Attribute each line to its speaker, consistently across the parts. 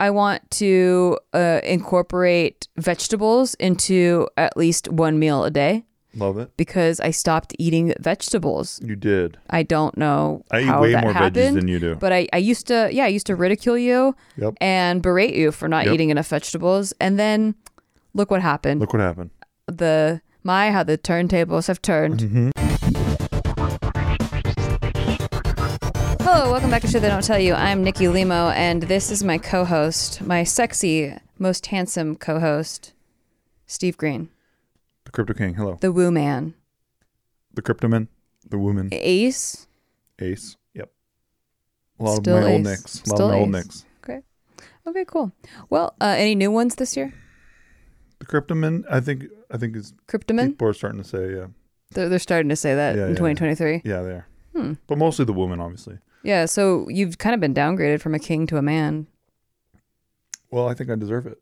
Speaker 1: I want to uh, incorporate vegetables into at least one meal a day
Speaker 2: Love it.
Speaker 1: because I stopped eating vegetables.
Speaker 2: You did.
Speaker 1: I don't know
Speaker 2: I eat
Speaker 1: how
Speaker 2: way
Speaker 1: that
Speaker 2: more veggies
Speaker 1: happened,
Speaker 2: than you do.
Speaker 1: But I, I used to, yeah, I used to ridicule you
Speaker 2: Yep.
Speaker 1: and berate you for not
Speaker 2: Yep.
Speaker 1: eating enough vegetables. And then look what happened.
Speaker 2: Look what happened.
Speaker 1: The my how the turntables have turned.
Speaker 2: Mm-hmm.
Speaker 1: Hello, welcome back to Show They Don't Tell You. I'm Nikki Limo, and this is my co-host, my sexy, most handsome co-host, Steve Green,
Speaker 2: The Crypto King. Hello.
Speaker 1: the Woo Man,
Speaker 2: The Cryptoman. The Woman.
Speaker 1: Ace.
Speaker 2: Ace. Yep. A lot
Speaker 1: Still
Speaker 2: of my old
Speaker 1: Ace.
Speaker 2: nicks. A lot
Speaker 1: Still
Speaker 2: of my old
Speaker 1: Ace.
Speaker 2: nicks.
Speaker 1: Okay, okay, cool. Well, uh, any new ones this year?
Speaker 2: The Cryptoman. I think. I think is
Speaker 1: Cryptoman?
Speaker 2: people are starting to say yeah.
Speaker 1: They're, they're starting to say that
Speaker 2: Yeah,
Speaker 1: in
Speaker 2: yeah.
Speaker 1: 2023.
Speaker 2: Yeah, they are.
Speaker 1: Hmm.
Speaker 2: But mostly the woman, obviously.
Speaker 1: Yeah, so you've kind of been downgraded from a king to a man.
Speaker 2: Well, I think I deserve it.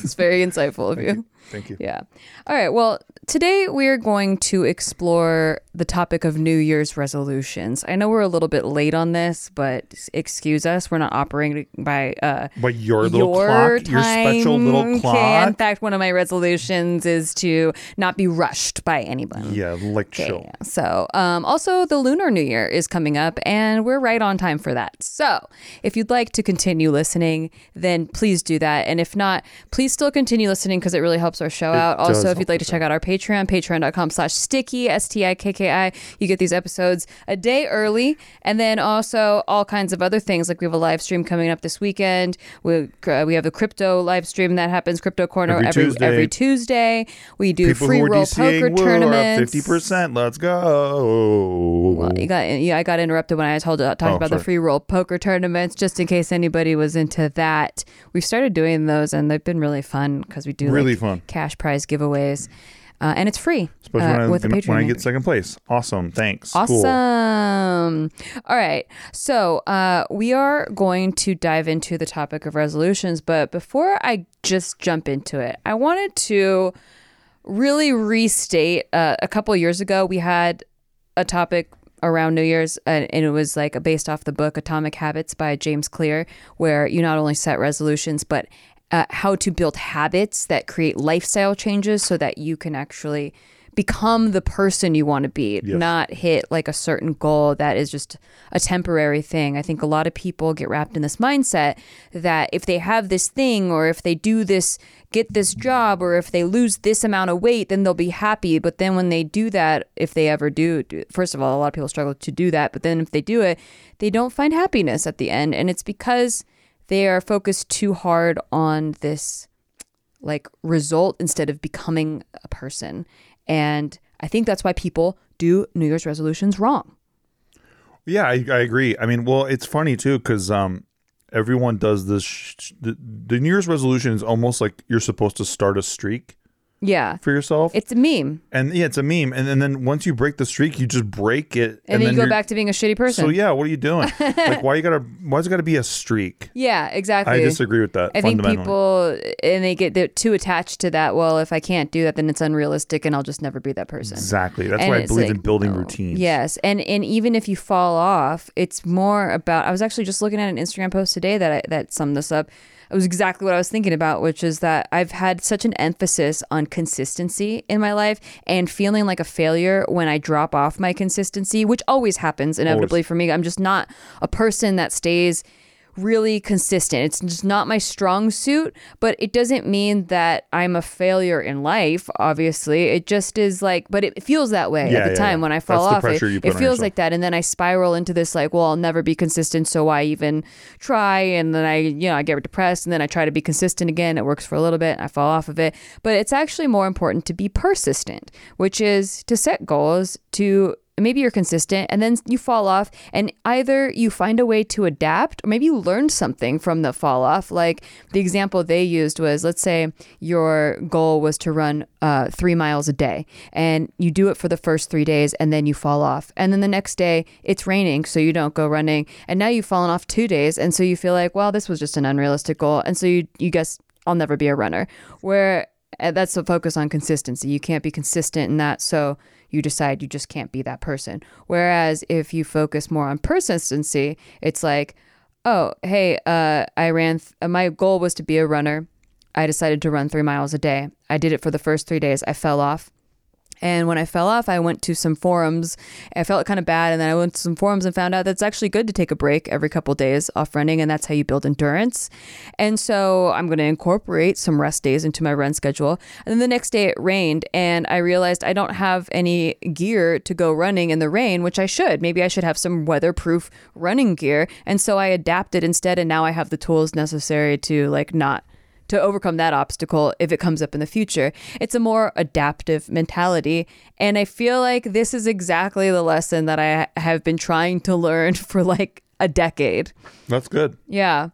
Speaker 1: It's very insightful of
Speaker 2: Thank
Speaker 1: you.
Speaker 2: Thank you.
Speaker 1: Yeah. All right. Well, today we are going to explore the topic of New Year's resolutions. I know we're a little bit late on this, but excuse us. We're not operating by uh,
Speaker 2: But your little
Speaker 1: your
Speaker 2: clock, your special little
Speaker 1: time.
Speaker 2: clock.
Speaker 1: Okay. In fact, one of my resolutions is to not be rushed by anyone.
Speaker 2: Yeah, like
Speaker 1: Okay,
Speaker 2: chill.
Speaker 1: So, um, also, the Lunar New Year is coming up, and we're right on time for that. So, if you'd like to continue listening, then please do that. And if not, please still continue listening because it really helps our show out.
Speaker 2: does
Speaker 1: Also, if you'd
Speaker 2: help
Speaker 1: like to check out our Patreon, patreon.com slash sticky, S T I K K I, you get these episodes a day early. And then also all kinds of other things. Like we have a live stream coming up this weekend. We, uh, we have the crypto live stream that happens, Crypto Corner,
Speaker 2: Every
Speaker 1: every,
Speaker 2: Tuesday.
Speaker 1: every Tuesday. We do
Speaker 2: People
Speaker 1: free
Speaker 2: who are
Speaker 1: roll
Speaker 2: DCing
Speaker 1: poker
Speaker 2: woo, are
Speaker 1: tournaments.
Speaker 2: fifty percent. Let's go.
Speaker 1: Well, you got yeah, I got interrupted when I told uh, talked
Speaker 2: Oh,
Speaker 1: about the
Speaker 2: sorry.
Speaker 1: free roll poker tournaments. Just in case anybody was into that, we've started doing those, and they've been really fun because we do
Speaker 2: Really
Speaker 1: like,
Speaker 2: fun.
Speaker 1: cash prize giveaways, uh, and it's free
Speaker 2: Especially
Speaker 1: uh,
Speaker 2: when, I,
Speaker 1: with a
Speaker 2: when I
Speaker 1: Patreon.
Speaker 2: get second place. Awesome. Thanks. Cool.
Speaker 1: Awesome. All right. So uh, we are going to dive into the topic of resolutions. But before I just jump into it, I wanted to really restate uh, a couple years ago, we had a topic around New Year's, and, and it was like based off the book Atomic Habits by James Clear, where you not only set resolutions, but uh, how to build habits that create lifestyle changes so that you can actually become the person you want to be, not hit like a certain goal that is just a temporary thing. I think a lot of people get wrapped in this mindset that if they have this thing or if they do this, get this job, or if they lose this amount of weight, then they'll be happy. But then when they do that, if they ever do, do first of all, a lot of people struggle to do that. But then if they do it, they don't find happiness at the end. And it's because they are focused too hard on this like result instead of becoming a person. And I think that's why people do New Year's resolutions wrong.
Speaker 2: Yeah, I, I agree. I mean, well, it's funny too because um, everyone does this. Sh- the, the New Year's resolution is almost like you're supposed to start a streak
Speaker 1: Yeah.
Speaker 2: for yourself,
Speaker 1: It's a meme.
Speaker 2: and yeah, it's a meme. And, and then once you break the streak, you just break it,
Speaker 1: And, then you go
Speaker 2: you're-
Speaker 1: back to being a shitty person.
Speaker 2: So yeah, what are you doing? like, why you gotta? Why's it gotta be a streak?
Speaker 1: yeah, exactly.
Speaker 2: I disagree with that
Speaker 1: I think
Speaker 2: fundamentally.
Speaker 1: people and they get they're too attached to that. Well, if I can't do that, then it's unrealistic, and I'll just never be that person.
Speaker 2: exactly. That's
Speaker 1: And
Speaker 2: why I
Speaker 1: it's
Speaker 2: believe in
Speaker 1: like, oh,
Speaker 2: building
Speaker 1: no.
Speaker 2: routines.
Speaker 1: Yes, and and even if you fall off, it's more about. I was actually just looking at an Instagram post today that I, that summed this up. It was exactly what I was thinking about, which is that I've had such an emphasis on consistency in my life and feeling like a failure when I drop off my consistency, which always happens inevitably for me. I'm just not a person that stays really consistent. It's just not my strong suit, but it doesn't mean that I'm a failure in life, obviously. It just is like, but it feels that way
Speaker 2: Yeah,
Speaker 1: at the
Speaker 2: yeah,
Speaker 1: time
Speaker 2: yeah.
Speaker 1: when I fall
Speaker 2: That's the
Speaker 1: off. It,
Speaker 2: pressure you
Speaker 1: it
Speaker 2: put on
Speaker 1: feels
Speaker 2: yourself.
Speaker 1: like that. And then I spiral into this like, well, I'll never be consistent, so why even try? And then I, you know, I get depressed and then I try to be consistent again. It works for a little bit and I fall off of it. But it's actually more important to be persistent, which is to set goals, to maybe you're consistent and then you fall off and either you find a way to adapt or maybe you learn something from the fall off like the example they used was let's say your goal was to run uh, three miles a day and you do it for the first three days and then you fall off and then the next day it's raining so you don't go running and now you've fallen off two days and so you feel like well this was just an unrealistic goal and so you you guess i'll never be a runner where and that's the focus on consistency. You can't be consistent in that, so you decide you just can't be that person. Whereas if you focus more on persistency, it's like, oh, hey, uh, I ran, th- uh, my goal was to be a runner. I decided to run three miles a day. I did it for the first three days. I fell off. And when I fell off, I went to some forums. I felt kind of bad. And then I went to some forums and found out that's actually good to take a break every couple of days off running. And that's how you build endurance. And so I'm going to incorporate some rest days into my run schedule. And then the next day it rained. And I realized I don't have any gear to go running in the rain, which I should. Maybe I should have some weatherproof running gear. And so I adapted instead. And now I have the tools necessary to like not to overcome that obstacle if it comes up in the future. It's a more adaptive mentality. And I feel like this is exactly the lesson that I have been trying to learn for like a decade.
Speaker 2: That's good.
Speaker 1: Yeah.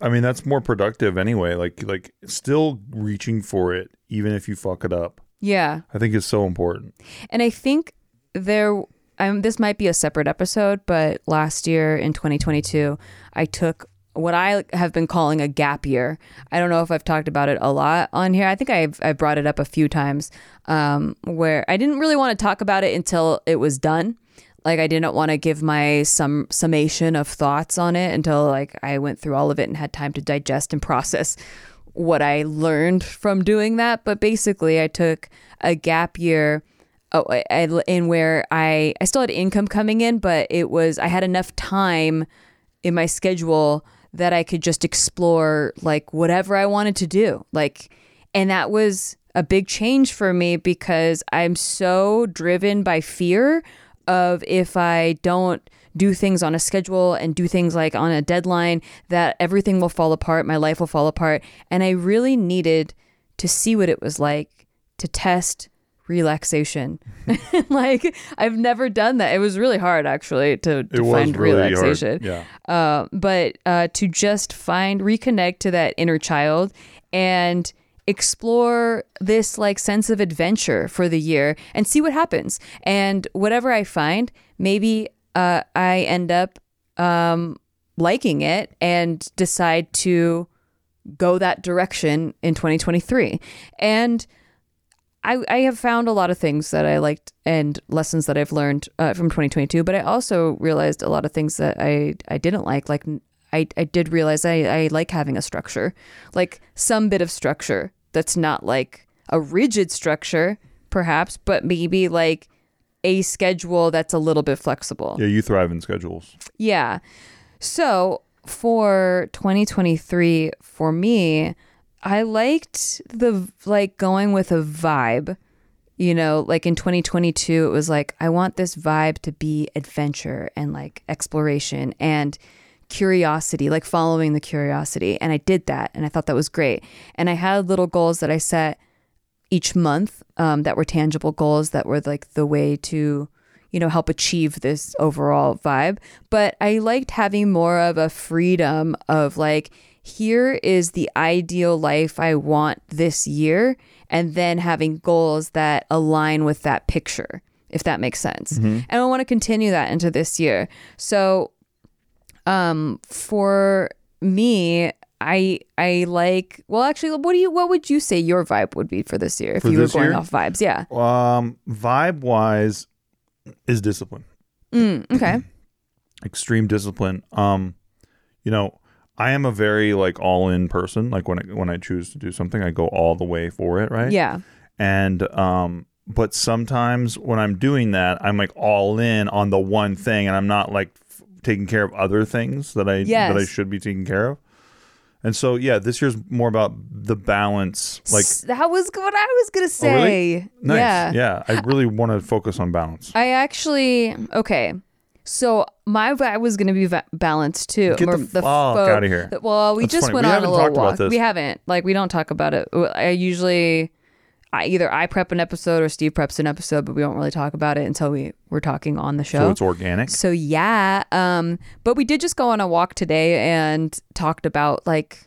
Speaker 2: I mean, that's more productive anyway. Like, like still reaching for it, even if you fuck it up.
Speaker 1: Yeah.
Speaker 2: I think is so important.
Speaker 1: And I think there, um, this might be a separate episode, but last year in 2022, I took what I have been calling a gap year. I don't know if I've talked about it a lot on here. I think I've, I've brought it up a few times um, where I didn't really want to talk about it until it was done. Like I didn't want to give my sum summation of thoughts on it until like I went through all of it and had time to digest and process what I learned from doing that. But basically, I took a gap year oh, I, I, in where I I still had income coming in, but it was I had enough time in my schedule that I could just explore like whatever I wanted to do. Like, and that was a big change for me because I'm so driven by fear of if I don't do things on a schedule and do things like on a deadline that everything will fall apart, my life will fall apart. And I really needed to see what it was like to test relaxation. like I've never done that. It was really hard actually to,
Speaker 2: It
Speaker 1: to
Speaker 2: was
Speaker 1: find
Speaker 2: really
Speaker 1: relaxation
Speaker 2: Hard. Yeah.
Speaker 1: uh, but uh, to just find reconnect to that inner child and explore this like sense of adventure for the year and see what happens and whatever i find maybe uh, i end up um, liking it and decide to go that direction in 2023 and I, I have found a lot of things that I liked and lessons that I've learned uh, from 2022, but I also realized a lot of things that I, I didn't like. Like, I, I did realize I, I like having a structure, like some bit of structure that's not like a rigid structure, perhaps, but maybe like a schedule that's a little bit flexible.
Speaker 2: Yeah. You thrive in schedules.
Speaker 1: Yeah. So for 2023, for me, I liked the like going with a vibe. You know, like in 2022, it was like, I want this vibe to be adventure and like exploration and curiosity, like following the curiosity. And I did that. And I thought that was great. And I had little goals that I set each month um, that were tangible goals that were like the way to you know help achieve this overall vibe but i liked having more of a freedom of like here is the ideal life i want this year and then having goals that align with that picture if that makes sense and i want to continue that into this year so um for me i i like well actually what do you what would you say your vibe would be for this year if
Speaker 2: For
Speaker 1: you were
Speaker 2: this
Speaker 1: going
Speaker 2: year?
Speaker 1: off vibes yeah
Speaker 2: Um, vibe wise is discipline,
Speaker 1: mm,
Speaker 2: Mm-hmm.
Speaker 1: okay
Speaker 2: extreme discipline. Um, you know, I am a very like all in person. Like when I, when I choose to do something, I go all the way for it. Right.
Speaker 1: yeah
Speaker 2: and um but sometimes when i'm doing that i'm like all in on the one thing and i'm not like f- taking care of other things that i that i
Speaker 1: Yes.
Speaker 2: should be taking care of and so yeah this year's more about the balance like
Speaker 1: S- that was g- what I was gonna say.
Speaker 2: Oh, really? nice
Speaker 1: Yeah.
Speaker 2: yeah, i really want to focus on balance
Speaker 1: I actually okay. So my vibe was gonna be va- balanced too.
Speaker 2: Get the
Speaker 1: Mer-
Speaker 2: fuck
Speaker 1: fo-
Speaker 2: outta here.
Speaker 1: the- well, we
Speaker 2: That's
Speaker 1: just
Speaker 2: funny.
Speaker 1: went
Speaker 2: We
Speaker 1: on a
Speaker 2: haven't
Speaker 1: little
Speaker 2: talked about
Speaker 1: walk.
Speaker 2: this.
Speaker 1: We haven't. Like we don't talk about it. Well, I usually, I either I prep an episode or Steve preps an episode, but we don't really talk about it until we we're talking on the show.
Speaker 2: so it's organic
Speaker 1: So yeah, um, but we did just go on a walk today and talked about like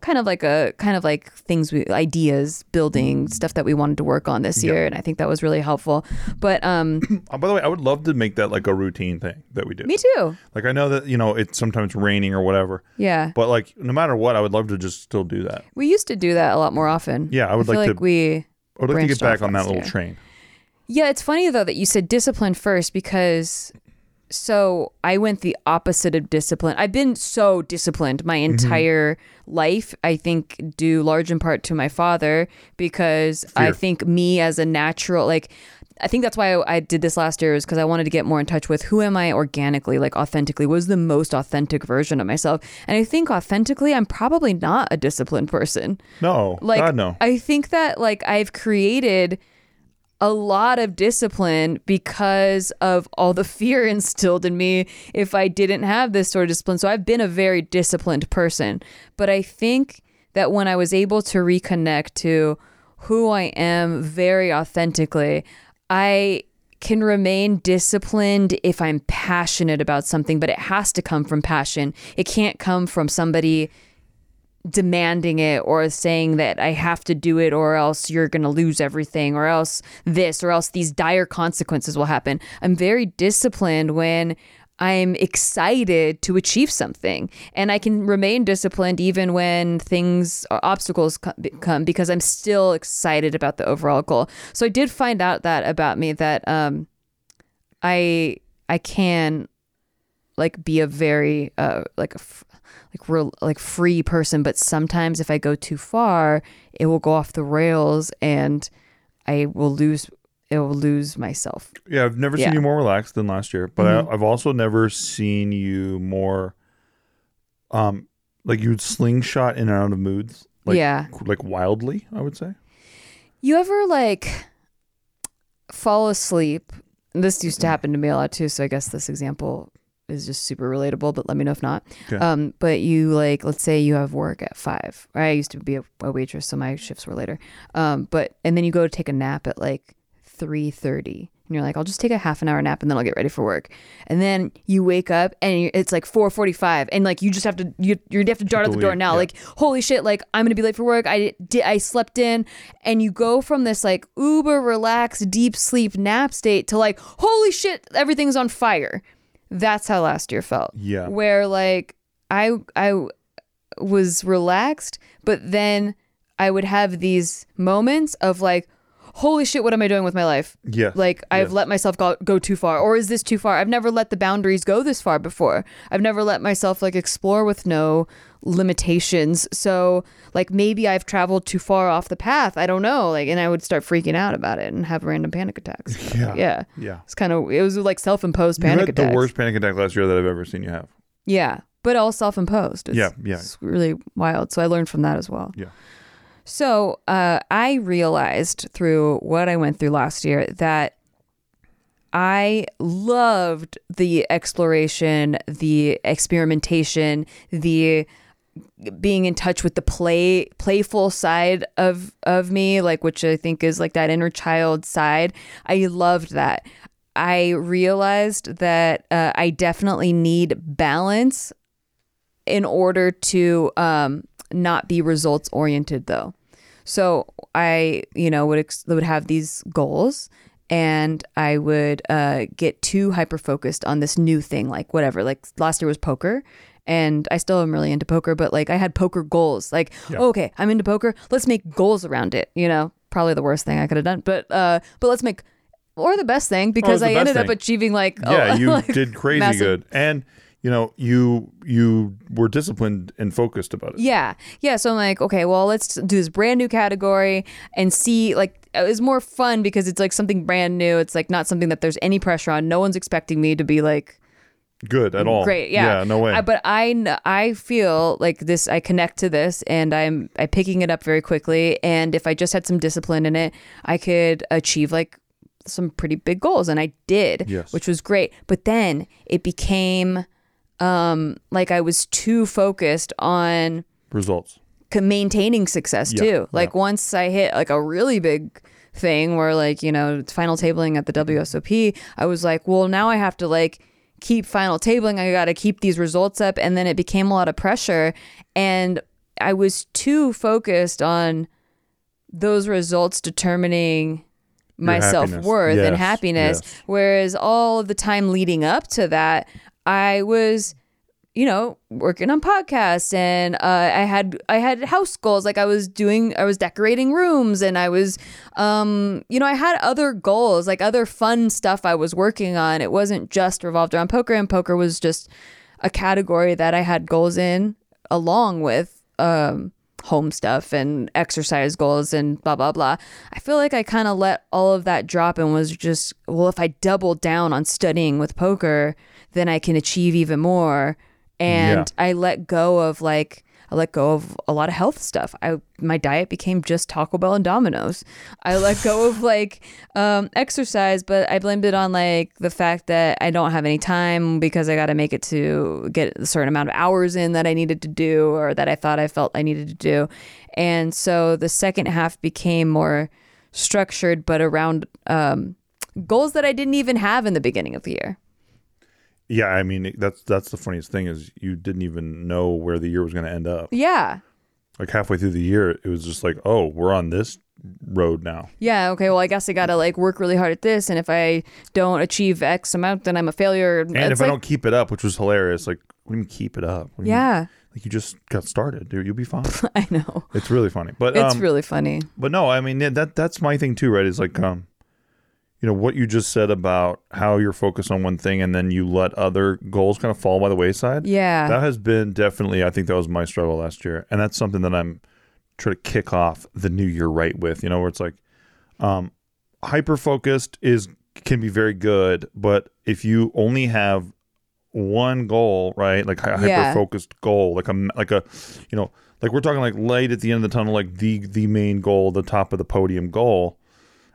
Speaker 1: kind of like a kind of like things we ideas building stuff that we wanted to work on this
Speaker 2: Yeah.
Speaker 1: year and i think that was really helpful but um
Speaker 2: Uh, by the way i would love to make that like a routine thing that we do
Speaker 1: me too
Speaker 2: like i know that you know it's sometimes raining or whatever
Speaker 1: yeah
Speaker 2: but like no matter what i would love to just still do that
Speaker 1: we used to do that a lot more often
Speaker 2: Yeah, I would
Speaker 1: feel
Speaker 2: like to-
Speaker 1: we
Speaker 2: i would like to get
Speaker 1: Branched off
Speaker 2: back on that
Speaker 1: last
Speaker 2: little
Speaker 1: year.
Speaker 2: train
Speaker 1: Yeah, it's funny though that you said discipline first because so I went the opposite of discipline. I've been so disciplined my entire life. I think due large in part to my father because I
Speaker 2: Fear.
Speaker 1: think me as a natural like I think that's why I, I did this last year is because I wanted to get more in touch with who am I organically, like authentically, was the most authentic version of myself. And I think authentically, I'm probably not a disciplined person.
Speaker 2: No,
Speaker 1: Like
Speaker 2: God no.
Speaker 1: I think that like I've created a lot of discipline because of all the fear instilled in me if I didn't have this sort of discipline. So I've been a very disciplined person, but I think that when I was able to reconnect to who I am very authentically, I can remain disciplined if I'm passionate about something, but it has to come from passion. It can't come from somebody demanding it or saying that I have to do it or else you're going to lose everything or else this or else these dire consequences will happen. I'm very disciplined when I'm excited to achieve something and I can remain disciplined even when things or obstacles co- be- come because I'm still excited about the overall goal. So I did find out that about me that um I I can like be a very uh like a f- like real like free person but sometimes if i go too far it will go off the rails and i will lose it will lose myself
Speaker 2: Yeah, I've never
Speaker 1: Yeah. Mm-hmm.
Speaker 2: seen you more relaxed than last year, but I, I've also never seen you more, um, like you would slingshot in and out of moods, like
Speaker 1: yeah
Speaker 2: like wildly. I would say.
Speaker 1: you ever like fall asleep this used to happen to me a lot too so i guess this example is just super relatable but let me know if not
Speaker 2: Okay.
Speaker 1: um but you like let's say you have work at five i used to be a, a waitress so my shifts were later um but and then you go to take a nap at like 3.30 and you're like i'll just take a half an hour nap and then i'll get ready for work and then you wake up and you- it's like 4.45 and like you just have to you, you have to dart out the
Speaker 2: Totally,
Speaker 1: door now
Speaker 2: yeah.
Speaker 1: like holy shit like i'm gonna be late for work i did i slept in and you go from this like uber relaxed deep sleep nap state to like holy shit everything's on fire that's how last year felt
Speaker 2: Yeah.
Speaker 1: where like i i was relaxed but then i would have these moments of like holy shit what am i doing with my life
Speaker 2: Yes.
Speaker 1: like I've
Speaker 2: Yes.
Speaker 1: let myself go, go too far, or is this too far? I've never let the boundaries go this far before. I've never let myself like explore with no limitations. So like maybe I've traveled too far off the path. I don't know. Like and I would start freaking out about it and have random panic attacks.
Speaker 2: Yeah.
Speaker 1: yeah.
Speaker 2: Yeah.
Speaker 1: It's kind of it was like self imposed
Speaker 2: you
Speaker 1: panic
Speaker 2: had
Speaker 1: attacks.
Speaker 2: the worst panic attack last year that I've ever seen you have.
Speaker 1: Yeah, but all self imposed.
Speaker 2: Yeah, yeah.
Speaker 1: It's really wild. So I learned from that as well.
Speaker 2: Yeah.
Speaker 1: So uh, I realized through what I went through last year that I loved the exploration, the experimentation, the being in touch with the play playful side of of me like which I think is like that inner child side I loved that I realized that uh, I definitely need balance in order to um, not be results oriented though so I, you know, would ex- would have these goals, and I would uh, get too hyper focused on this new thing, like whatever. Like last year was poker, and I still am really into poker, but like I had poker goals. Like, "Oh, okay, I'm into poker. Let's make goals around it. You know, probably the worst thing I could have done, but uh, but let's make or the best thing because
Speaker 2: the
Speaker 1: I
Speaker 2: best
Speaker 1: ended up
Speaker 2: thing.
Speaker 1: achieving like
Speaker 2: Yeah,
Speaker 1: oh,
Speaker 2: you
Speaker 1: like,
Speaker 2: did crazy
Speaker 1: massive-
Speaker 2: good, and you know you you were disciplined and focused about it.
Speaker 1: Yeah. Yeah. So I'm like, okay, well, let's do this brand new category and see. Like, it was more fun because it's like something brand new. It's like not something that there's any pressure on. No one's expecting me to be like,
Speaker 2: Good at all.
Speaker 1: great. Yeah.
Speaker 2: Oh, no way.
Speaker 1: I, but I, kn- I feel like this, I connect to this and I'm, I'm picking it up very quickly. And if I just had some discipline in it, I could achieve like some pretty big goals. And I did,
Speaker 2: Yes.
Speaker 1: which was great. But then it became um, like I was too focused on
Speaker 2: Results.
Speaker 1: c- maintaining success
Speaker 2: Yeah,
Speaker 1: too. Like once I hit like a really big thing where like you know it's final tabling at the WSOP, I was like, well now I have to like keep final tabling. I got to keep these results up, and then it became a lot of pressure, and I was too focused on those results determining my
Speaker 2: happiness.
Speaker 1: self worth and
Speaker 2: Yes,
Speaker 1: happiness.
Speaker 2: yes.
Speaker 1: Whereas all of the time leading up to that, I was you know, working on podcasts and uh, I had I had house goals like I was doing I was decorating rooms and I was um you know, I had other goals, like other fun stuff I was working on. It wasn't just revolved around poker and poker was just a category that I had goals in along with um home stuff and exercise goals and blah blah blah. I feel like I kind of let all of that drop and was just well if I double down on studying with poker, then I can achieve even more and I let go of like I let go of a lot of health stuff. I my diet became just Taco Bell and Domino's. I let go of like um, exercise, but I blamed it on like the fact that I don't have any time because I got to make it to get a certain amount of hours in that I needed to do or that I thought I felt I needed to do, and so the second half became more structured, but around um, goals that I didn't even have in the beginning of the year.
Speaker 2: Yeah, I mean that's that's the funniest thing is you didn't even know where the year was going to end up.
Speaker 1: Yeah,
Speaker 2: Like halfway through the year, it was just like, oh, we're on this road now.
Speaker 1: Yeah, okay, well I guess I gotta like work really hard at this and if I don't achieve X amount then I'm a failure.
Speaker 2: And if I don't keep it up, which was hilarious, like, what do you mean keep it up? What do you mean-
Speaker 1: Yeah.
Speaker 2: like you just got started, dude. You'll be fine.
Speaker 1: I know.
Speaker 2: it's really funny, but
Speaker 1: It's
Speaker 2: um,
Speaker 1: really funny.
Speaker 2: but no, I mean yeah, that that's my thing too, right? Is like um, you know what you just said about how you're focused on one thing and then you let other goals kind of fall by the wayside.
Speaker 1: Yeah.
Speaker 2: That has been definitely, I think that was my struggle last year. And that's something that I'm trying to kick off the new year right with, you know, where it's like, um, hyper focused is can be very good, but if you only have one goal, right? Like hy-
Speaker 1: Yeah.
Speaker 2: hyper focused goal, like a m- like a, you know, like we're talking like light at the end of the tunnel, like the the main goal, the top of the podium goal,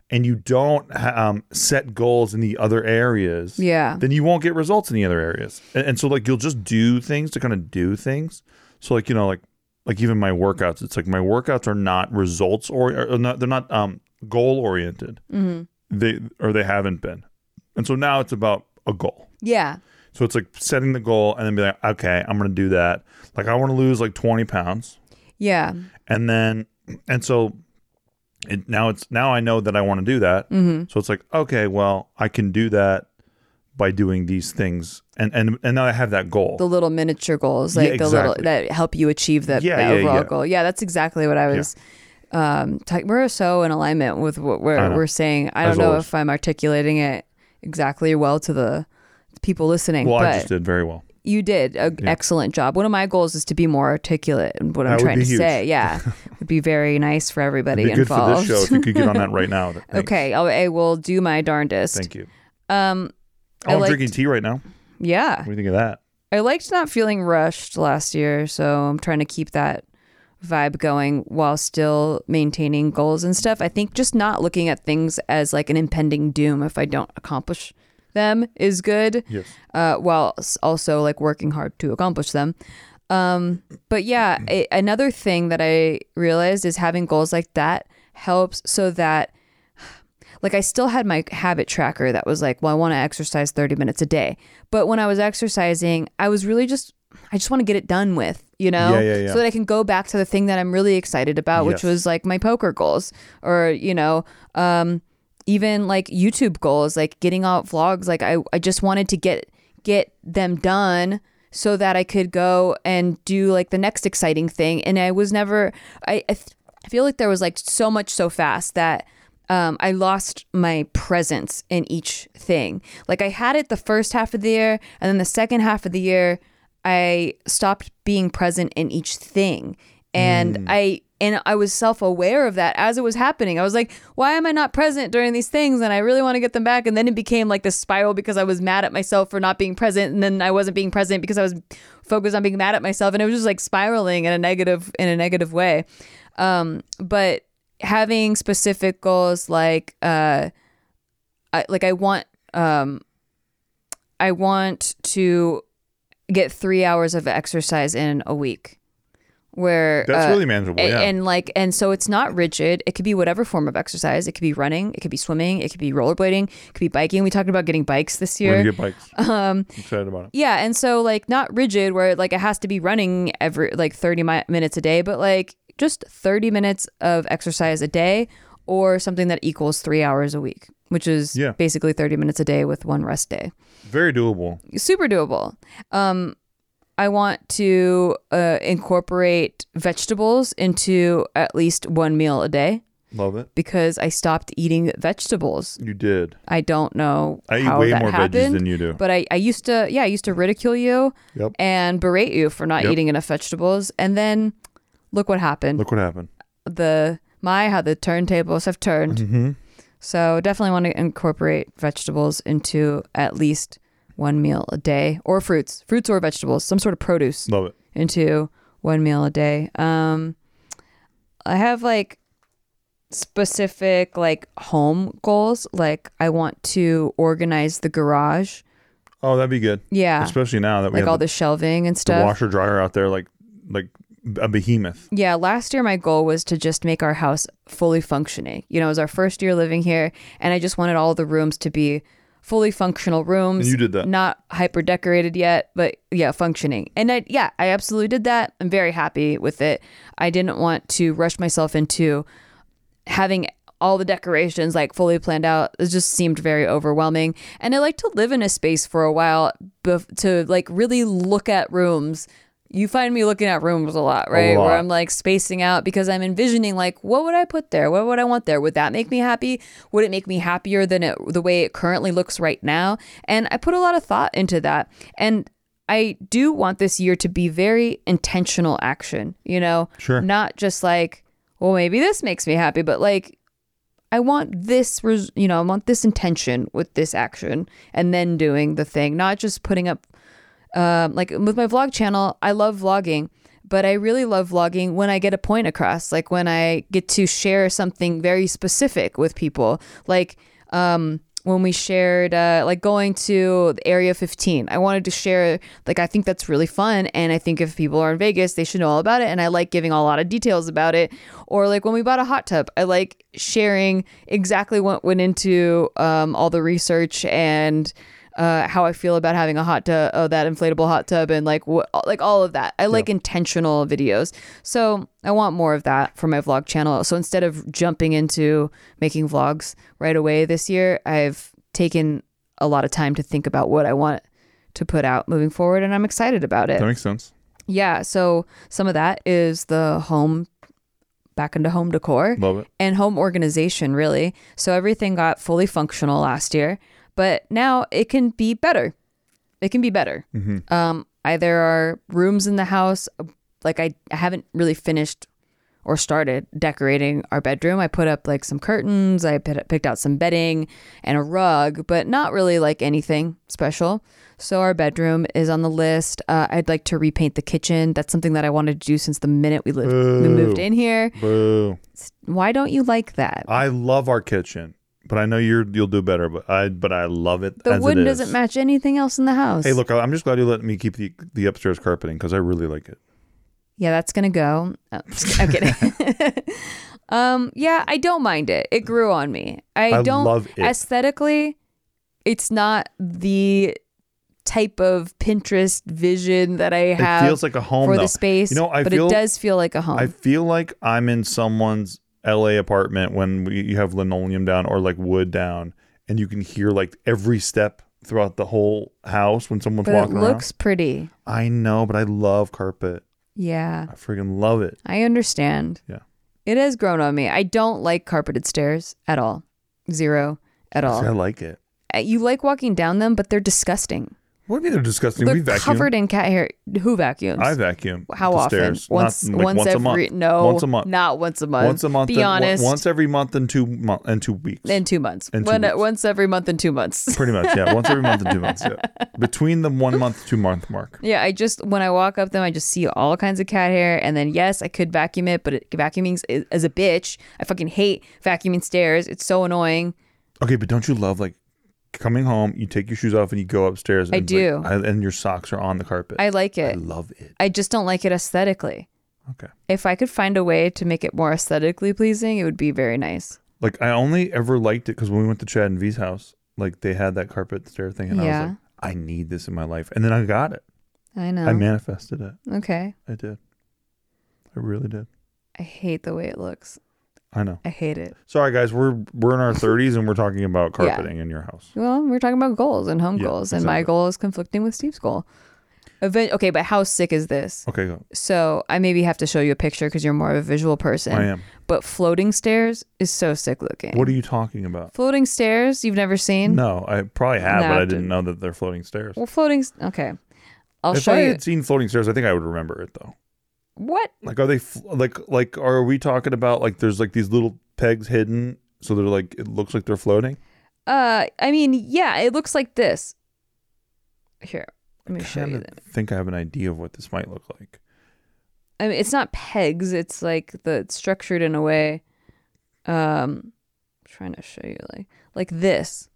Speaker 2: and you don't ha- um, set goals in the other areas,
Speaker 1: yeah.
Speaker 2: then you won't get results in the other areas. And, and so like you'll just do things to kind of do things. So like you know like like even my workouts, it's like my workouts are not results or, or not, they're not um goal oriented.
Speaker 1: Mhm.
Speaker 2: They or they haven't been. And so now it's about a goal.
Speaker 1: Yeah.
Speaker 2: So it's like setting the goal and then be like, okay, I'm gonna do that. Like I want to lose like 20 pounds,
Speaker 1: Yeah.
Speaker 2: and then and so. It, now it's now I know that I want to do that.
Speaker 1: Mm-hmm.
Speaker 2: So it's like, okay, well, I can do that by doing these things, and and and now I have that goal.
Speaker 1: The little miniature goals, like
Speaker 2: Yeah,
Speaker 1: the little
Speaker 2: exactly.
Speaker 1: that help you achieve that,
Speaker 2: Yeah,
Speaker 1: that
Speaker 2: yeah,
Speaker 1: overall
Speaker 2: yeah.
Speaker 1: goal. Yeah, that's exactly what I was um t- we're so in alignment with what
Speaker 2: I
Speaker 1: we're
Speaker 2: know.
Speaker 1: we're saying. I
Speaker 2: As
Speaker 1: don't know
Speaker 2: always.
Speaker 1: if I'm articulating it exactly well to the people listening.
Speaker 2: well,
Speaker 1: but
Speaker 2: I just did very well.
Speaker 1: you did an excellent job. One of my goals is to be more articulate in what I'm
Speaker 2: That would
Speaker 1: trying to
Speaker 2: be huge.
Speaker 1: say. Yeah, would be very nice for everybody
Speaker 2: It'd be good for
Speaker 1: involved.
Speaker 2: this show if you could get on that right now. Thanks.
Speaker 1: okay, I'll, I will do my darndest.
Speaker 2: Thank you.
Speaker 1: Um,
Speaker 2: Oh,
Speaker 1: I
Speaker 2: I'm
Speaker 1: liked-
Speaker 2: drinking tea right now.
Speaker 1: yeah,
Speaker 2: What do you think of that?
Speaker 1: I liked not feeling rushed last year, so I'm trying to keep that vibe going while still maintaining goals and stuff. I think just not looking at things as like an impending doom if I don't accomplish them is good.
Speaker 2: Yes.
Speaker 1: uh, while s- also like working hard to accomplish them. Um, but yeah,
Speaker 2: Mm-hmm.
Speaker 1: a- another thing that I realized is having goals like that helps so that like I still had my habit tracker that was like, well, I want to exercise 30 minutes a day. But when I was exercising, I was really just I just want to get it done with, you know,
Speaker 2: Yeah, yeah, yeah.
Speaker 1: so that I can go back to the thing that I'm really excited about, which
Speaker 2: Yes.
Speaker 1: was like my poker goals or, you know, um, even like YouTube goals, like getting out vlogs. Like I, I just wanted to get get them done so that I could go and do like the next exciting thing. And I was never I I, th- I feel like there was like so much so fast that um, I lost my presence in each thing. Like I had it the first half of the year, and then the second half of the year, I stopped being present in each thing, and I and I was self aware of that as it was happening. I was like, why am I not present during these things? And I really want to get them back. And then it became like this spiral because I was mad at myself for not being present, and then I wasn't being present because I was focused on being mad at myself, and it was just like spiraling in a negative in a negative way. Um, but having specific goals like uh I, like I want um I want to get 3 hours of exercise in a week where
Speaker 2: That's
Speaker 1: uh,
Speaker 2: really manageable.
Speaker 1: a-
Speaker 2: yeah.
Speaker 1: and like and so it's not rigid it could be whatever form of exercise it could be running it could be swimming it could be rollerblading it could be biking we talked about getting bikes this
Speaker 2: We're
Speaker 1: year
Speaker 2: gonna get bikes. Um, excited about it.
Speaker 1: yeah, and so like not rigid where like it has to be running every like 30 mi- minutes a day, but like just 30 minutes of exercise a day or something that equals 3 hours a week, which is
Speaker 2: Yeah.
Speaker 1: basically 30 minutes a day with one rest day.
Speaker 2: Very doable.
Speaker 1: Super doable. Um I want to uh, incorporate vegetables into at least one meal a day
Speaker 2: Love it.
Speaker 1: because I stopped eating vegetables.
Speaker 2: You did.
Speaker 1: I don't know
Speaker 2: I eat
Speaker 1: how
Speaker 2: way
Speaker 1: that
Speaker 2: more veggies
Speaker 1: happened,
Speaker 2: than you do.
Speaker 1: but I, I used to yeah I used to ridicule you
Speaker 2: Yep.
Speaker 1: and berate you for not
Speaker 2: Yep.
Speaker 1: eating enough vegetables, and then look what happened.
Speaker 2: Look what happened.
Speaker 1: The my how the turntables have turned.
Speaker 2: Mm-hmm.
Speaker 1: So definitely want to incorporate vegetables into at least one meal a day, or fruits, fruits or vegetables, some sort of produce
Speaker 2: Love it.
Speaker 1: into one meal a day. Um, I have like specific like home goals. Like I want to organize the garage.
Speaker 2: Oh, that'd be good.
Speaker 1: Yeah,
Speaker 2: Especially now that we
Speaker 1: like
Speaker 2: have
Speaker 1: all
Speaker 2: the,
Speaker 1: the shelving and
Speaker 2: the
Speaker 1: stuff.
Speaker 2: washer dryer out there, like like a behemoth.
Speaker 1: Yeah, last year my goal was to just make our house fully functioning. You know, it was our first year living here, and I just wanted all the rooms to be fully functional rooms.
Speaker 2: And you did that.
Speaker 1: Not hyper decorated yet, but yeah, functioning. And I, yeah, I absolutely did that. I'm very happy with it. I didn't want to rush myself into having all the decorations like fully planned out it just seemed very overwhelming and i like to live in a space for a while bef- to like really look at rooms you find me looking at rooms a lot right
Speaker 2: lot.
Speaker 1: where i'm like spacing out because i'm envisioning like what would i put there what would i want there would that make me happy would it make me happier than it the way it currently looks right now and i put a lot of thought into that and i do want this year to be very intentional action you know
Speaker 2: Sure.
Speaker 1: not just like well maybe this makes me happy but like i want this res- you know i want this intention with this action and then doing the thing not just putting up um, like with my vlog channel i love vlogging but i really love vlogging when i get a point across like when i get to share something very specific with people like um, when we shared uh, like going to the area 15 i wanted to share like i think that's really fun and i think if people are in vegas they should know all about it and i like giving a lot of details about it or like when we bought a hot tub i like sharing exactly what went into um, all the research and uh, how I feel about having a hot tub, oh, that inflatable hot tub, and like what, like all of that. I like intentional videos, so I want more of that for my vlog channel. So instead of jumping into making vlogs right away this year, I've taken a lot of time to think about what I want to put out moving forward, and I'm excited about it.
Speaker 2: That makes sense.
Speaker 1: Yeah, so some of that is the home, back into home decor
Speaker 2: Love it.
Speaker 1: and home organization, really. So everything got fully functional last year, but now it can be better. It can be better. Um, I, there are rooms in the house, like I, I haven't really finished or started decorating our bedroom. I put up like some curtains, I pit- picked out some bedding and a rug, but not really like anything special. So our bedroom is on the list. Uh, I'd like to repaint the kitchen. That's something that I wanted to do since the minute we lived, we moved
Speaker 2: Boo.
Speaker 1: in here.
Speaker 2: Boo.
Speaker 1: Why don't you like that?
Speaker 2: I love our kitchen, but I know you're you'll do better. But I but I love it.
Speaker 1: The
Speaker 2: as
Speaker 1: wood
Speaker 2: it
Speaker 1: doesn't
Speaker 2: is.
Speaker 1: match anything else in the house.
Speaker 2: Hey, look, I'm just glad you let me keep the the upstairs carpeting because I really like it.
Speaker 1: Yeah, that's gonna go. Oh, I'm kidding. um, yeah, I don't mind it. It grew on me. I,
Speaker 2: I
Speaker 1: don't
Speaker 2: love it.
Speaker 1: aesthetically. It's not the type of Pinterest vision that I
Speaker 2: It
Speaker 1: have
Speaker 2: feels like a home
Speaker 1: for
Speaker 2: though.
Speaker 1: the space.
Speaker 2: You know, I
Speaker 1: but
Speaker 2: feel
Speaker 1: it does feel like a home.
Speaker 2: I feel like I'm in someone's LA apartment when we, you have linoleum down or like wood down, and you can hear like every step throughout the whole house when someone's
Speaker 1: but it
Speaker 2: walking
Speaker 1: looks pretty.
Speaker 2: around. I know, but I love carpet.
Speaker 1: Yeah,
Speaker 2: I freaking love it.
Speaker 1: I understand.
Speaker 2: Yeah.
Speaker 1: It has grown on me. I don't like carpeted stairs at all. Zero at all.
Speaker 2: See, I like it.
Speaker 1: Uh, you like walking down them, but they're disgusting.
Speaker 2: What do you mean they're disgusting?
Speaker 1: They're
Speaker 2: we vacuum.
Speaker 1: covered in cat hair. Who vacuums?
Speaker 2: I vacuum.
Speaker 1: How
Speaker 2: the
Speaker 1: often?
Speaker 2: Stairs. Not-
Speaker 1: Once,
Speaker 2: like,
Speaker 1: once,
Speaker 2: a
Speaker 1: every
Speaker 2: month.
Speaker 1: no,
Speaker 2: Once a month.
Speaker 1: not once a month.
Speaker 2: Once a month.
Speaker 1: Be
Speaker 2: and-
Speaker 1: honest.
Speaker 2: Once every month and two month and two weeks.
Speaker 1: in two months.
Speaker 2: In two
Speaker 1: One-
Speaker 2: weeks.
Speaker 1: Once every month in two months.
Speaker 2: Pretty much, yeah. Once every month and two months, yeah. Between the one month two month mark.
Speaker 1: yeah, I just when I walk up them, I just see all kinds of cat hair, and then yes, I could vacuum it, but it, vacuuming is, is a bitch. I fucking hate vacuuming stairs. It's so annoying.
Speaker 2: Okay, but don't you love like coming home? You take your shoes off and you go upstairs. And
Speaker 1: I
Speaker 2: it's like-
Speaker 1: do.
Speaker 2: I- and your socks are on the carpet.
Speaker 1: I like
Speaker 2: I
Speaker 1: it.
Speaker 2: love it.
Speaker 1: I just don't like it aesthetically.
Speaker 2: Okay.
Speaker 1: If I could find a way to make it more aesthetically pleasing, it would be very nice.
Speaker 2: Like I only ever liked it because when we went to Chad and V's house, like they had that carpet stair thing, and I
Speaker 1: Yeah.
Speaker 2: was like, I need this in my life, and then I got it.
Speaker 1: I know.
Speaker 2: I manifested it.
Speaker 1: okay.
Speaker 2: I did. I really did.
Speaker 1: I hate the way it looks.
Speaker 2: I know.
Speaker 1: I hate it.
Speaker 2: Sorry, guys. We're we're in our 30s and we're talking about
Speaker 1: Yeah.
Speaker 2: carpeting in your house.
Speaker 1: Well, we're talking about goals and home
Speaker 2: Yeah,
Speaker 1: goals, and my
Speaker 2: exactly.
Speaker 1: goal is conflicting with Steve's goal. Even- okay, but how sick is this?
Speaker 2: Okay, go.
Speaker 1: So I maybe have to show you a picture because you're more of a visual person.
Speaker 2: I am.
Speaker 1: But floating stairs is so sick looking.
Speaker 2: What are you talking about?
Speaker 1: floating stairs you've never seen?
Speaker 2: No, I probably have,
Speaker 1: No,
Speaker 2: but I
Speaker 1: dude.
Speaker 2: didn't know that they're floating stairs.
Speaker 1: Well, floating. s- Okay, I'll
Speaker 2: if
Speaker 1: show
Speaker 2: I
Speaker 1: you.
Speaker 2: had seen floating stairs, I think I would remember it though.
Speaker 1: What?
Speaker 2: Like, are they f- like like are we talking about like there's like these little pegs hidden, so they're like it looks like they're floating.
Speaker 1: Uh, I mean, yeah, it looks like this. Here, let me show you
Speaker 2: Kinda
Speaker 1: that.
Speaker 2: think I have an idea of what this might look like.
Speaker 1: I mean, it's not pegs. It's like the it's structured in a way. Um, trying to show you like like this.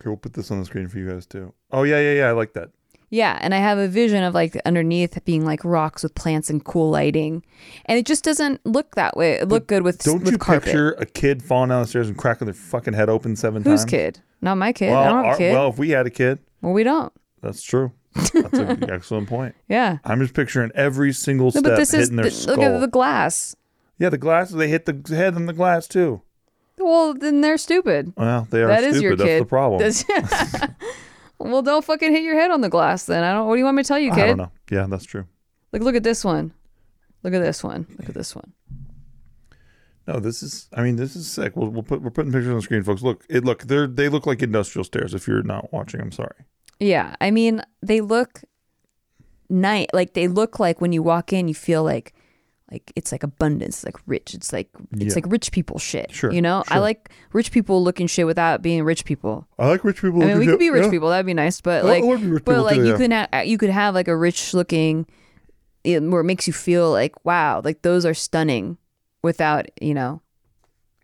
Speaker 2: Okay, we'll put this on the screen for you guys too. Oh yeah, yeah, yeah. I like that.
Speaker 1: Yeah, and I have a vision of like underneath being like rocks with plants and cool lighting, and it just doesn't look that way. It looked good with
Speaker 2: Don't
Speaker 1: with
Speaker 2: you
Speaker 1: carpet.
Speaker 2: picture a kid falling down the stairs and cracking their fucking head open seven
Speaker 1: Whose
Speaker 2: times?
Speaker 1: kid? Not my kid.
Speaker 2: Well,
Speaker 1: I don't have
Speaker 2: our-
Speaker 1: a kid.
Speaker 2: well,
Speaker 1: Well,
Speaker 2: if we had a kid,
Speaker 1: we don't.
Speaker 2: that's true. That's an excellent point.
Speaker 1: Yeah.
Speaker 2: I'm just picturing every single
Speaker 1: No,
Speaker 2: step
Speaker 1: but this is
Speaker 2: hitting their
Speaker 1: the,
Speaker 2: skull.
Speaker 1: look at the glass.
Speaker 2: yeah, the glasses. They hit the head on the glass too.
Speaker 1: Well, then they're stupid.
Speaker 2: Well, they are
Speaker 1: That
Speaker 2: stupid.
Speaker 1: is your
Speaker 2: That's
Speaker 1: kid.
Speaker 2: the problem.
Speaker 1: That's- well, don't fucking hit your head on the glass then. I don't. What do you want me to tell you,
Speaker 2: I don't
Speaker 1: kid?
Speaker 2: know. Yeah, that's true.
Speaker 1: Like, look at this one. Look at this one. Look at this one.
Speaker 2: No, this is. I mean, this is sick. We'll, we'll put we're putting pictures on the screen, folks. Look, it look they're they look like industrial stairs. If you're not watching, I'm sorry.
Speaker 1: Yeah, I mean, they look night. Like they look like when you walk in, you feel like, like it's like abundance, like rich. It's like it's
Speaker 2: Yeah.
Speaker 1: like rich people shit.
Speaker 2: Sure,
Speaker 1: You know, I
Speaker 2: sure.
Speaker 1: like rich people looking shit without being rich people.
Speaker 2: I like rich people.
Speaker 1: I mean, we could be rich people. That'd be nice. But
Speaker 2: Oh,
Speaker 1: like,
Speaker 2: I would be rich
Speaker 1: but
Speaker 2: people
Speaker 1: like,
Speaker 2: too,
Speaker 1: you
Speaker 2: yeah.
Speaker 1: can ha- uh, you could have like a rich looking, it, where it makes you feel like wow, like those are stunning, without you know,